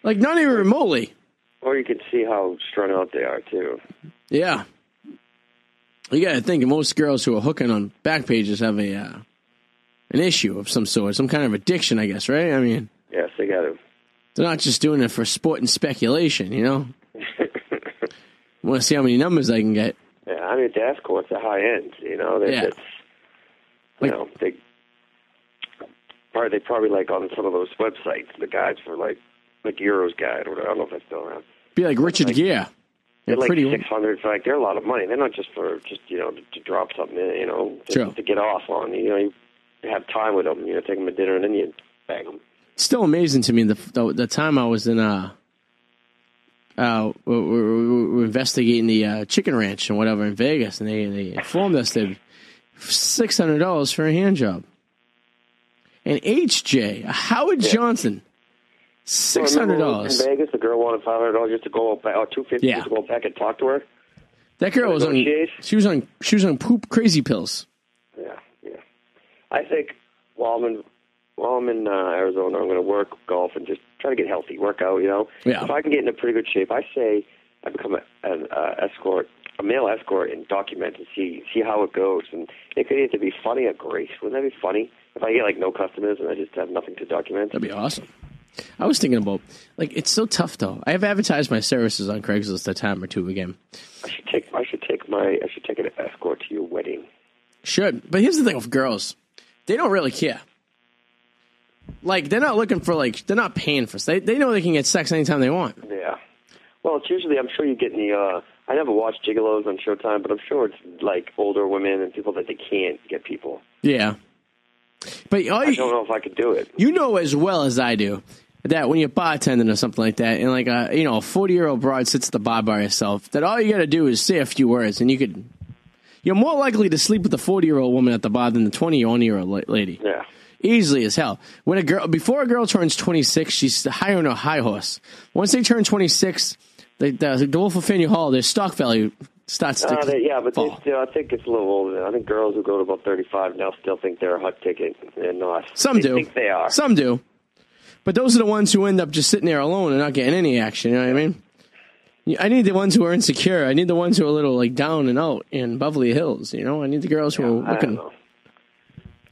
[SPEAKER 7] Like, not even remotely.
[SPEAKER 9] Or you can see how strung out they are too.
[SPEAKER 7] Yeah. You got to think most girls who are hooking on back pages have a uh, an issue of some sort, some kind of addiction, I guess, right? I mean,
[SPEAKER 9] Yes, they got to.
[SPEAKER 7] they're not just doing it for sport and speculation, you know. Want to see how many numbers I can get?
[SPEAKER 9] Yeah, I mean the escorts are high end. You know, they,
[SPEAKER 7] Yeah.
[SPEAKER 9] it's you
[SPEAKER 7] Like-
[SPEAKER 9] know they. Probably, they probably like on some of those websites, the guides for like, like Euros Guide or whatever. I don't know if that's still around.
[SPEAKER 7] Be like Richard Gere.
[SPEAKER 9] They're
[SPEAKER 7] They're
[SPEAKER 9] like
[SPEAKER 7] pretty.
[SPEAKER 9] six hundred. Like they're a lot of money. They're not just for just you know to, to drop something. in, You know, to,
[SPEAKER 7] True.
[SPEAKER 9] to get off on. You know, you have time with them. You know, take them to dinner and then you bang them.
[SPEAKER 7] still amazing to me the the, the time I was in uh uh we we- we were investigating the uh, chicken ranch and whatever in Vegas and they they informed us that six hundred dollars for a hand job. And HJ Howard Johnson six hundred dollars.
[SPEAKER 9] in Vegas. The girl wanted five hundred dollars just to go back, or two fifty
[SPEAKER 7] Yeah.
[SPEAKER 9] just to go back and talk to her.
[SPEAKER 7] That girl was on
[SPEAKER 9] Negotiate.
[SPEAKER 7] she was on she was on poop crazy pills.
[SPEAKER 9] Yeah, yeah. I think while I'm in while I'm in uh, Arizona, I'm going to work golf and just try to get healthy, work out. You know,
[SPEAKER 7] Yeah.
[SPEAKER 9] if I can get into pretty good shape, I say I become a, an uh, escort, a male escort, and document and see see how it goes. And it could either be funny or great. Wouldn't that be funny if I get like no customers and I just have nothing to document?
[SPEAKER 7] That'd be awesome. I was thinking about like it's so tough though. I have advertised my services on Craigslist a time or two again.
[SPEAKER 9] I should take I should take my I should take an escort to your wedding.
[SPEAKER 7] Should. But here's the thing with girls. They don't really care. Like they're not looking for like they're not paying for they they know they can get sex anytime they want.
[SPEAKER 9] Yeah. Well, it's usually I'm sure you get in the. Uh, I never watched gigolos on Showtime, but I'm sure it's like older women and people that they can't get people.
[SPEAKER 7] Yeah. But all
[SPEAKER 9] I don't
[SPEAKER 7] you,
[SPEAKER 9] know if I could do it.
[SPEAKER 7] you know as well as I do that when you're bartending or something like that, and like a you know a forty year old broad sits at the bar by herself, that all you got to do is say a few words, and you could You're more likely to sleep with a 40 year old woman at the bar than the 21 year old lady.
[SPEAKER 9] Yeah.
[SPEAKER 7] Easily as hell. When a girl before a girl turns 26, she's high on a high horse. Once they turn 26, they, the, the Wolf of Faneuil Hall, their stock value starts to
[SPEAKER 9] Uh, they, yeah, but they
[SPEAKER 7] fall.
[SPEAKER 9] still, I think it's a little older. I think girls who go to about 35 now still think they're a hot ticket. They're not.
[SPEAKER 7] Some
[SPEAKER 9] They
[SPEAKER 7] do.
[SPEAKER 9] think they are.
[SPEAKER 7] Some do. But those are the ones who end up just sitting there alone and not getting any action. You know what I mean? Yeah, I need the ones who are insecure. I need the ones who are a little like down and out in Beverly Hills. You know, I need the girls who are
[SPEAKER 9] I don't
[SPEAKER 7] looking
[SPEAKER 9] know.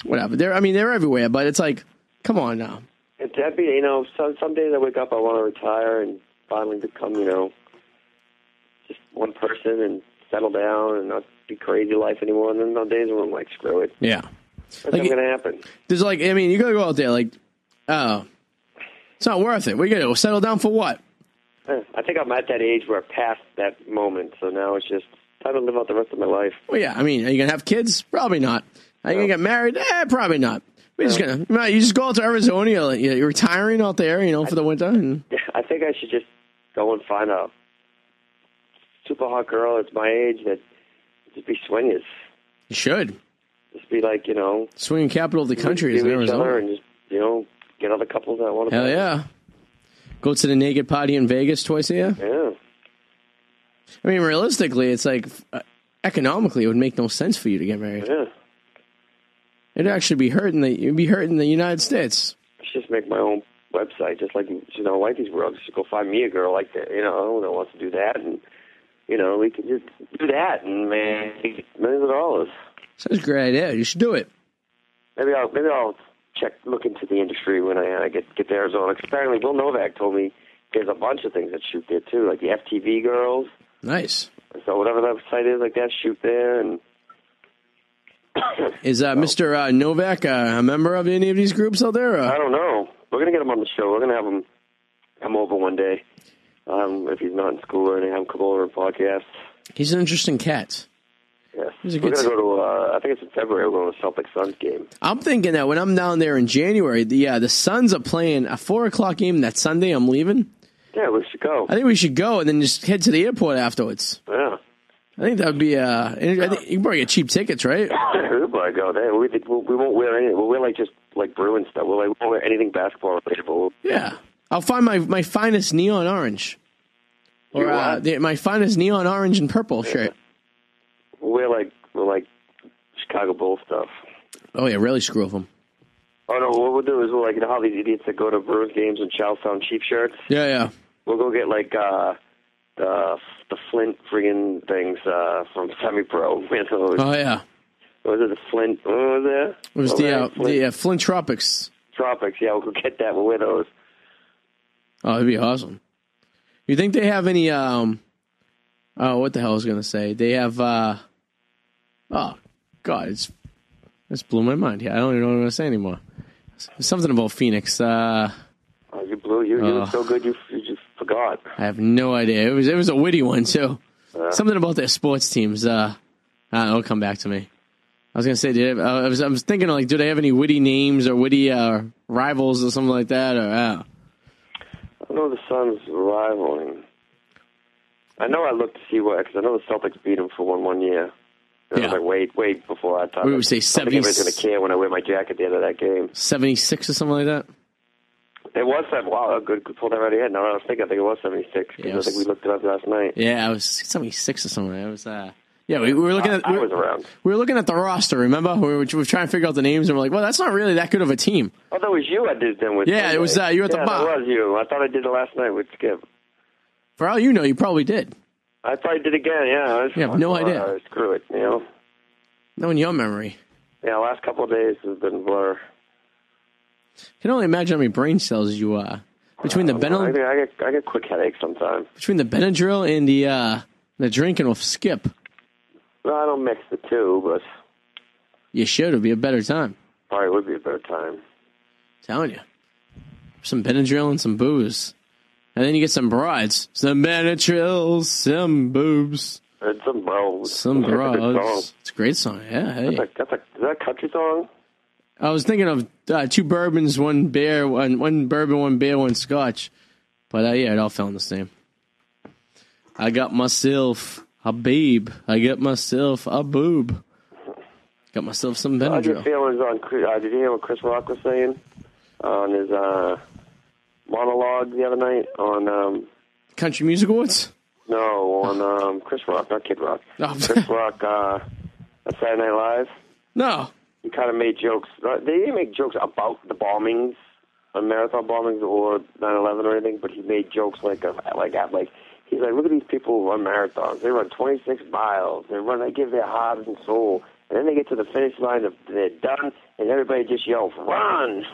[SPEAKER 7] whatever. They're I mean they're everywhere, but it's like, come on now.
[SPEAKER 9] It's that'd be, you know, some, some days I wake up, I want to retire and finally become, you know, just one person and settle down and not be crazy life anymore. And then on days when I'm like, screw it.
[SPEAKER 7] Yeah,
[SPEAKER 9] That's
[SPEAKER 7] Like
[SPEAKER 9] not
[SPEAKER 7] it-
[SPEAKER 9] going to happen.
[SPEAKER 7] there's like I mean you gotta go out there like, oh, it's not worth it. We gotta settle down for what?
[SPEAKER 9] Eh, I think I'm at that age where I passed that moment. So now it's just time to live out the rest of my life. <laughs>
[SPEAKER 7] Well, yeah. I mean, are you gonna have kids? Probably not. Are you gonna get married? Eh, probably not. We're just gonna no, you just go out to Arizona. Like, you're retiring out there, you know, for the winter. And
[SPEAKER 9] I think I should just go and find a super hot girl that's my age that just be swingers.
[SPEAKER 7] you should
[SPEAKER 9] Just be like, you know,
[SPEAKER 7] swinging capital of the country
[SPEAKER 9] be
[SPEAKER 7] is in
[SPEAKER 9] with each other
[SPEAKER 7] Arizona.
[SPEAKER 9] and just, you know, get other couples that want to.
[SPEAKER 7] Hell yeah. Go to the naked party in Vegas twice a year.
[SPEAKER 9] Yeah.
[SPEAKER 7] I mean, realistically, it's like uh, economically, it would make no sense for you to get married.
[SPEAKER 9] Yeah.
[SPEAKER 7] It'd actually be hurting the you'd be hurting the United States.
[SPEAKER 9] I should just make my own website, just like you know, Wifey's World. Just go find me a girl like that, you know, that wants to do that, and you know, we can just do that and make millions of dollars.
[SPEAKER 7] Sounds a great idea. You should do it.
[SPEAKER 9] Maybe I'll maybe I'll check look into the industry when I uh, get get to Arizona. 'Cause apparently, Bill Novak told me there's a bunch of things that shoot there too, like the FTV girls.
[SPEAKER 7] Nice.
[SPEAKER 9] So whatever that site is, like that, shoot there, and
[SPEAKER 7] Is uh, Mr. Uh, Novak uh, a member of any of these groups out there?
[SPEAKER 9] I
[SPEAKER 7] Uh,
[SPEAKER 9] don't know. We're gonna get him on the show. We're gonna have him come over one day. Um, if he's not in school or anything, have him come over and podcast.
[SPEAKER 7] he's an interesting cat.
[SPEAKER 9] Yes.
[SPEAKER 7] He's a
[SPEAKER 9] We're
[SPEAKER 7] good
[SPEAKER 9] going to
[SPEAKER 7] t-
[SPEAKER 9] go to, uh, I think it's in February, we're going to Celtics Suns game.
[SPEAKER 7] I'm thinking that when I'm down there in January, the uh, the Suns are playing a four o'clock game that Sunday. I'm leaving.
[SPEAKER 9] Yeah, we should go.
[SPEAKER 7] I think we should go and then just head to the airport afterwards.
[SPEAKER 9] Yeah. <laughs>
[SPEAKER 7] I think that would be. Uh, and I think you can probably get cheap tickets, right?
[SPEAKER 9] We'll probably go there. We, we, we won't wear anything. We'll wear like just like Bruin stuff. We'll, like, we won't wear anything basketball related, but we'll,
[SPEAKER 7] Yeah, I'll find my my finest neon orange, or
[SPEAKER 9] You
[SPEAKER 7] uh,
[SPEAKER 9] what?
[SPEAKER 7] the, my finest neon orange and purple shirt.
[SPEAKER 9] we'll wear like, we'll like Chicago Bull stuff.
[SPEAKER 7] Oh yeah, really screw them.
[SPEAKER 9] Oh no, what we'll do is we'll like, you know how these idiots that go to Bruins games in Charlestown cheap shirts?
[SPEAKER 7] Yeah, yeah.
[SPEAKER 9] We'll go get like, uh, the, the Flint friggin' things, uh, from Semi Pro. <laughs> Was
[SPEAKER 7] Oh yeah,
[SPEAKER 9] it the Flint? What was it?
[SPEAKER 7] it was
[SPEAKER 9] Oh,
[SPEAKER 7] the
[SPEAKER 9] man,
[SPEAKER 7] uh,
[SPEAKER 9] Flint
[SPEAKER 7] the uh, Flint Tropics.
[SPEAKER 9] Tropics. Yeah, we'll go get that. We'll wear those.
[SPEAKER 7] Oh, that'd be awesome. You think they have any? um Oh, what the hell was I gonna say? They have. uh Oh God, it's it's blew my mind. Yeah, I don't even know what I'm gonna say anymore. Something about Phoenix. Uh
[SPEAKER 9] Oh, you blew. You, you
[SPEAKER 7] Oh.
[SPEAKER 9] look so good. You, you just forgot.
[SPEAKER 7] I have no idea. It was it was a witty one too. Something about their sports teams. Uh, I don't know, it'll come back to me. I was gonna say, did uh, I was I was thinking like, do they have any witty names or witty uh, rivals or something like that? Or uh,
[SPEAKER 9] I know the Suns rivaling. I know I looked to see what because I know the Celtics beat them for one one year. And
[SPEAKER 7] Yeah.
[SPEAKER 9] I was like, wait, wait, before I thought.
[SPEAKER 7] We would say
[SPEAKER 9] I don't think
[SPEAKER 7] 70s.
[SPEAKER 9] anybody's gonna care when I wear my jacket at the end of that game.
[SPEAKER 7] seventy six or something like that?
[SPEAKER 9] It was that. Wow, good, good pull that right ahead. Now that I was thinking, I think it was seventy six because
[SPEAKER 7] Yeah, it was-
[SPEAKER 9] I think we looked it up last night.
[SPEAKER 7] Yeah, I was seventy six or something. It was uh, yeah, we, we were looking at
[SPEAKER 9] I,
[SPEAKER 7] we
[SPEAKER 9] I was
[SPEAKER 7] were,
[SPEAKER 9] around.
[SPEAKER 7] we were looking at the roster. Remember, we were, we were trying to figure out the names, and we're like, well, that's not really that good of a team.
[SPEAKER 9] Oh, that was you. I did them with.
[SPEAKER 7] Yeah, it was, uh, you were at the
[SPEAKER 9] yeah,
[SPEAKER 7] bar.
[SPEAKER 9] That was you. I thought I did it last night with Skip.
[SPEAKER 7] For all you know, you probably did.
[SPEAKER 9] I probably did again. Yeah. I was-
[SPEAKER 7] You have no
[SPEAKER 9] uh,
[SPEAKER 7] idea.
[SPEAKER 9] Screw it. You know.
[SPEAKER 7] No, in your memory,
[SPEAKER 9] Yeah, last couple of days has been a blur.
[SPEAKER 7] I can only imagine how many brain cells you uh between the
[SPEAKER 9] I,
[SPEAKER 7] Benel.
[SPEAKER 9] get, I get I get quick headaches sometimes.
[SPEAKER 7] between the Benadryl and the uh, the drinking with Skip.
[SPEAKER 9] No, I don't mix the two, but
[SPEAKER 7] You should. It'd be a better time.
[SPEAKER 9] probably would be a better time.
[SPEAKER 7] telling you, some Benadryl and some booze, and then you get some brides. Some Benadryl, some boobs,
[SPEAKER 9] It's some bro.
[SPEAKER 7] some
[SPEAKER 9] that's a good song.
[SPEAKER 7] brides. It's a great song. Yeah. Hey.
[SPEAKER 9] That's a, that's a, is that a country song?
[SPEAKER 7] I was thinking of uh, two bourbons, one beer, one one bourbon, one beer, one scotch, but uh, yeah, it all fell in the same. I got myself a babe. I got myself a boob. Got myself some
[SPEAKER 9] I just
[SPEAKER 7] Benadryl.
[SPEAKER 9] feelings on. Chris- Uh, did you hear what Chris Rock was saying on his uh, monologue the other night on um,
[SPEAKER 7] Country Music Awards?
[SPEAKER 9] no
[SPEAKER 7] <laughs>
[SPEAKER 9] on um, Chris Rock, not Kid Rock.
[SPEAKER 7] Oh. <laughs>
[SPEAKER 9] Chris Rock, uh, on Saturday Night Live.
[SPEAKER 7] No. <laughs>
[SPEAKER 9] He kind of made jokes. uh, They didn't make jokes about the bombings, the marathon bombings, or 9/11 or anything. But he made jokes like of like at like. He's like, look at these people who run marathons. They run 26 miles. They run. They give their heart and soul, and then they get to the finish line. and They're done, and everybody just yells, "Run!"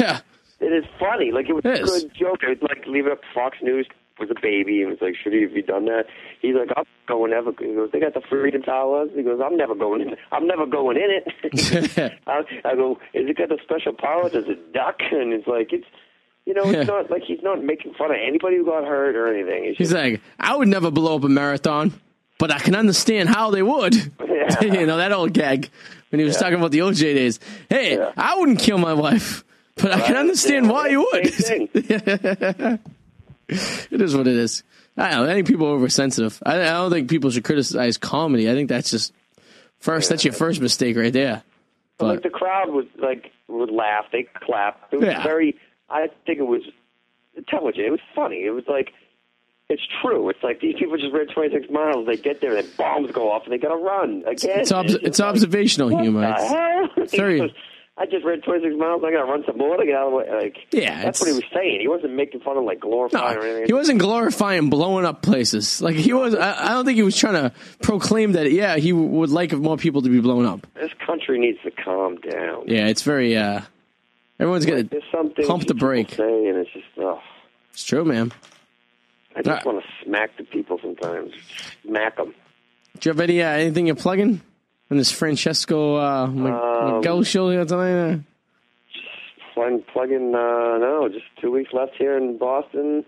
[SPEAKER 7] Yeah.
[SPEAKER 9] It is funny. Like it was
[SPEAKER 7] It
[SPEAKER 9] a
[SPEAKER 7] is.
[SPEAKER 9] good joke. It was like leave it up to Fox News was a baby and was like, should he have you done that? He's like, I'm going ever. He goes, they got the Freedom Towers. He goes, I'm never going in. I'm never going in it.
[SPEAKER 7] <laughs>
[SPEAKER 9] <laughs> I, I go, is it got the special power? Does it duck? And it's like it's, you know, it's not like he's not making fun of anybody who got hurt or anything. It's
[SPEAKER 7] He's
[SPEAKER 9] just,
[SPEAKER 7] like, I would never blow up a marathon, but I can understand how they would. <laughs>
[SPEAKER 9] Yeah.
[SPEAKER 7] you know, that old gag when he was talking about the OJ days. Hey,
[SPEAKER 9] Yeah.
[SPEAKER 7] I wouldn't kill my wife, but I can understand why you
[SPEAKER 9] <laughs>
[SPEAKER 7] would. <laughs>
[SPEAKER 9] Same thing.
[SPEAKER 7] it is what it is. I don't know. I think people are oversensitive. I, I don't think people should criticize comedy. I think that's just first, that's your first mistake right there.
[SPEAKER 9] like the crowd was like would laugh, they clapped. It was
[SPEAKER 7] Yeah.
[SPEAKER 9] very. I think it was intelligent. It was funny. It was like it's true. It's like these people just ran 26 miles. They get there, and then bombs go off, and they got to run again.
[SPEAKER 7] It's ob-
[SPEAKER 9] just
[SPEAKER 7] it's
[SPEAKER 9] like,
[SPEAKER 7] observational
[SPEAKER 9] what
[SPEAKER 7] humor.
[SPEAKER 9] the
[SPEAKER 7] It's-
[SPEAKER 9] hell? <laughs> He
[SPEAKER 7] very-
[SPEAKER 9] goes, I just ran 26 miles. I got to run some more to get out of the way. Like,
[SPEAKER 7] Yeah, it's-
[SPEAKER 9] that's what he was saying. He wasn't making fun of like glorifying or
[SPEAKER 7] No,
[SPEAKER 9] anything.
[SPEAKER 7] he wasn't glorifying blowing up places. Like he was, I, I don't think he was trying to proclaim that. Yeah, he w- would like more people to be blown up.
[SPEAKER 9] This country needs to calm down.
[SPEAKER 7] Yeah, it's very. uh Everyone's gonna.
[SPEAKER 9] There's something
[SPEAKER 7] Pump the brake.
[SPEAKER 9] Say, and it's just oh.
[SPEAKER 7] It's true, man.
[SPEAKER 9] I just want to smack the people sometimes. Smack them.
[SPEAKER 7] Do you have any uh, anything you're plugging? And this Francesco uh,
[SPEAKER 9] Um,
[SPEAKER 7] Miguel show here tonight. Uh,
[SPEAKER 9] Plug, plug in, uh, no, just two weeks left here in Boston.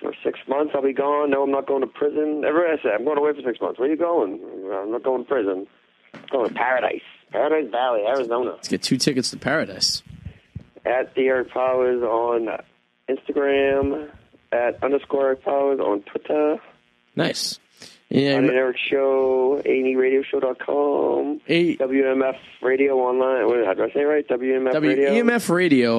[SPEAKER 9] For six months, I'll be gone. No, I'm not going to prison. Everybody I say, I'm going away for six months. Where are you going? I'm not going to prison. I'm going to paradise. Paradise Valley, Arizona.
[SPEAKER 7] let's get two tickets to Paradise.
[SPEAKER 9] At the Eric Powers on Instagram. At underscore Eric Powers on Twitter.
[SPEAKER 7] Nice. Yeah,
[SPEAKER 9] On an Eric Show, com.
[SPEAKER 7] Eight-
[SPEAKER 9] WMF Radio Online. What did I say it right? WMF
[SPEAKER 7] E
[SPEAKER 9] Radio.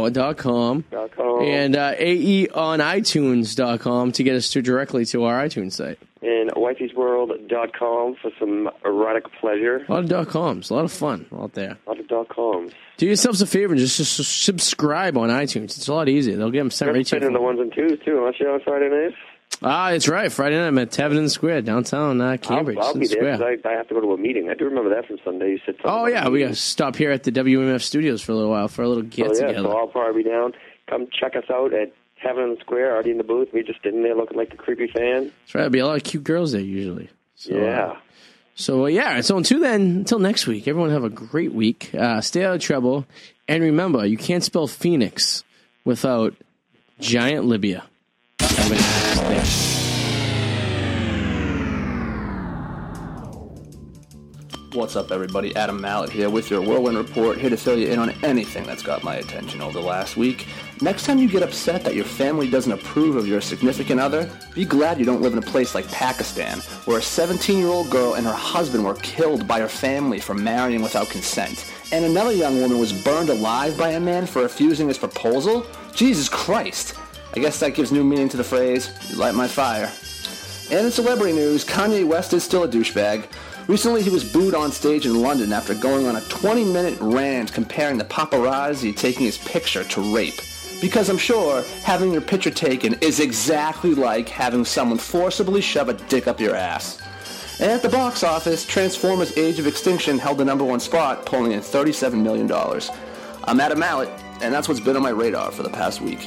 [SPEAKER 7] WEMFradio.com
[SPEAKER 9] Dot com.
[SPEAKER 7] and uh, AE on iTunes.com to get us to directly to our iTunes site.
[SPEAKER 9] and wifey'sworld.com for some erotic pleasure.
[SPEAKER 7] A lot of dot coms, a lot of fun out there.
[SPEAKER 9] Out of dot coms.
[SPEAKER 7] Do yourselves a favor and just, just subscribe on iTunes. It's a lot easier. They'll get them sent right
[SPEAKER 9] That's
[SPEAKER 7] to
[SPEAKER 9] been in the
[SPEAKER 7] you.
[SPEAKER 9] ones and twos too, unless you're on Friday nights.
[SPEAKER 7] Ah, it's right. Friday night I'm at Tavern Square, downtown uh, Cambridge.
[SPEAKER 9] I'll, I'll be
[SPEAKER 7] Citizen
[SPEAKER 9] there. 'cause
[SPEAKER 7] Square.
[SPEAKER 9] I, I have to go to a meeting. I do remember that from Sunday. You said. something
[SPEAKER 7] Oh
[SPEAKER 9] about
[SPEAKER 7] yeah,
[SPEAKER 9] a
[SPEAKER 7] we
[SPEAKER 9] meeting. <laughs>
[SPEAKER 7] gotta stop here at the WMF studios for a little while for a little get
[SPEAKER 9] So Oh, yeah,
[SPEAKER 7] together.
[SPEAKER 9] so I'll probably be down. Come check us out at Heaven in the Square. Already in the booth. We just sitting there looking like a creepy fan.
[SPEAKER 7] That's right. There'll be a lot of cute girls there usually. So, uh,
[SPEAKER 9] yeah.
[SPEAKER 7] so uh, yeah. So until then, until next week, everyone have a great week. Uh, stay out of trouble, and remember, you can't spell Phoenix without giant Libya. Have a nice day.
[SPEAKER 6] What's up, everybody? Adam Mallet here with your Whirlwind Report, here to fill you in on anything that's got my attention over the last week. Next time you get upset that your family doesn't approve of your significant other, be glad you don't live in a place like Pakistan, where a 17-year-old girl and her husband were killed by her family for marrying without consent, and another young woman was burned alive by a man for refusing his proposal? Jesus Christ! I guess that gives new meaning to the phrase, you light my fire. And in celebrity news, Kanye West is still a douchebag. Recently, he was booed on stage in London after going on a 20-minute rant comparing the paparazzi taking his picture to rape. Because I'm sure having your picture taken is exactly like having someone forcibly shove a dick up your ass. And at the box office, Transformers Age of Extinction held the number one spot, pulling in $37 million. I'm Adam Mallet, and that's what's been on my radar for the past week.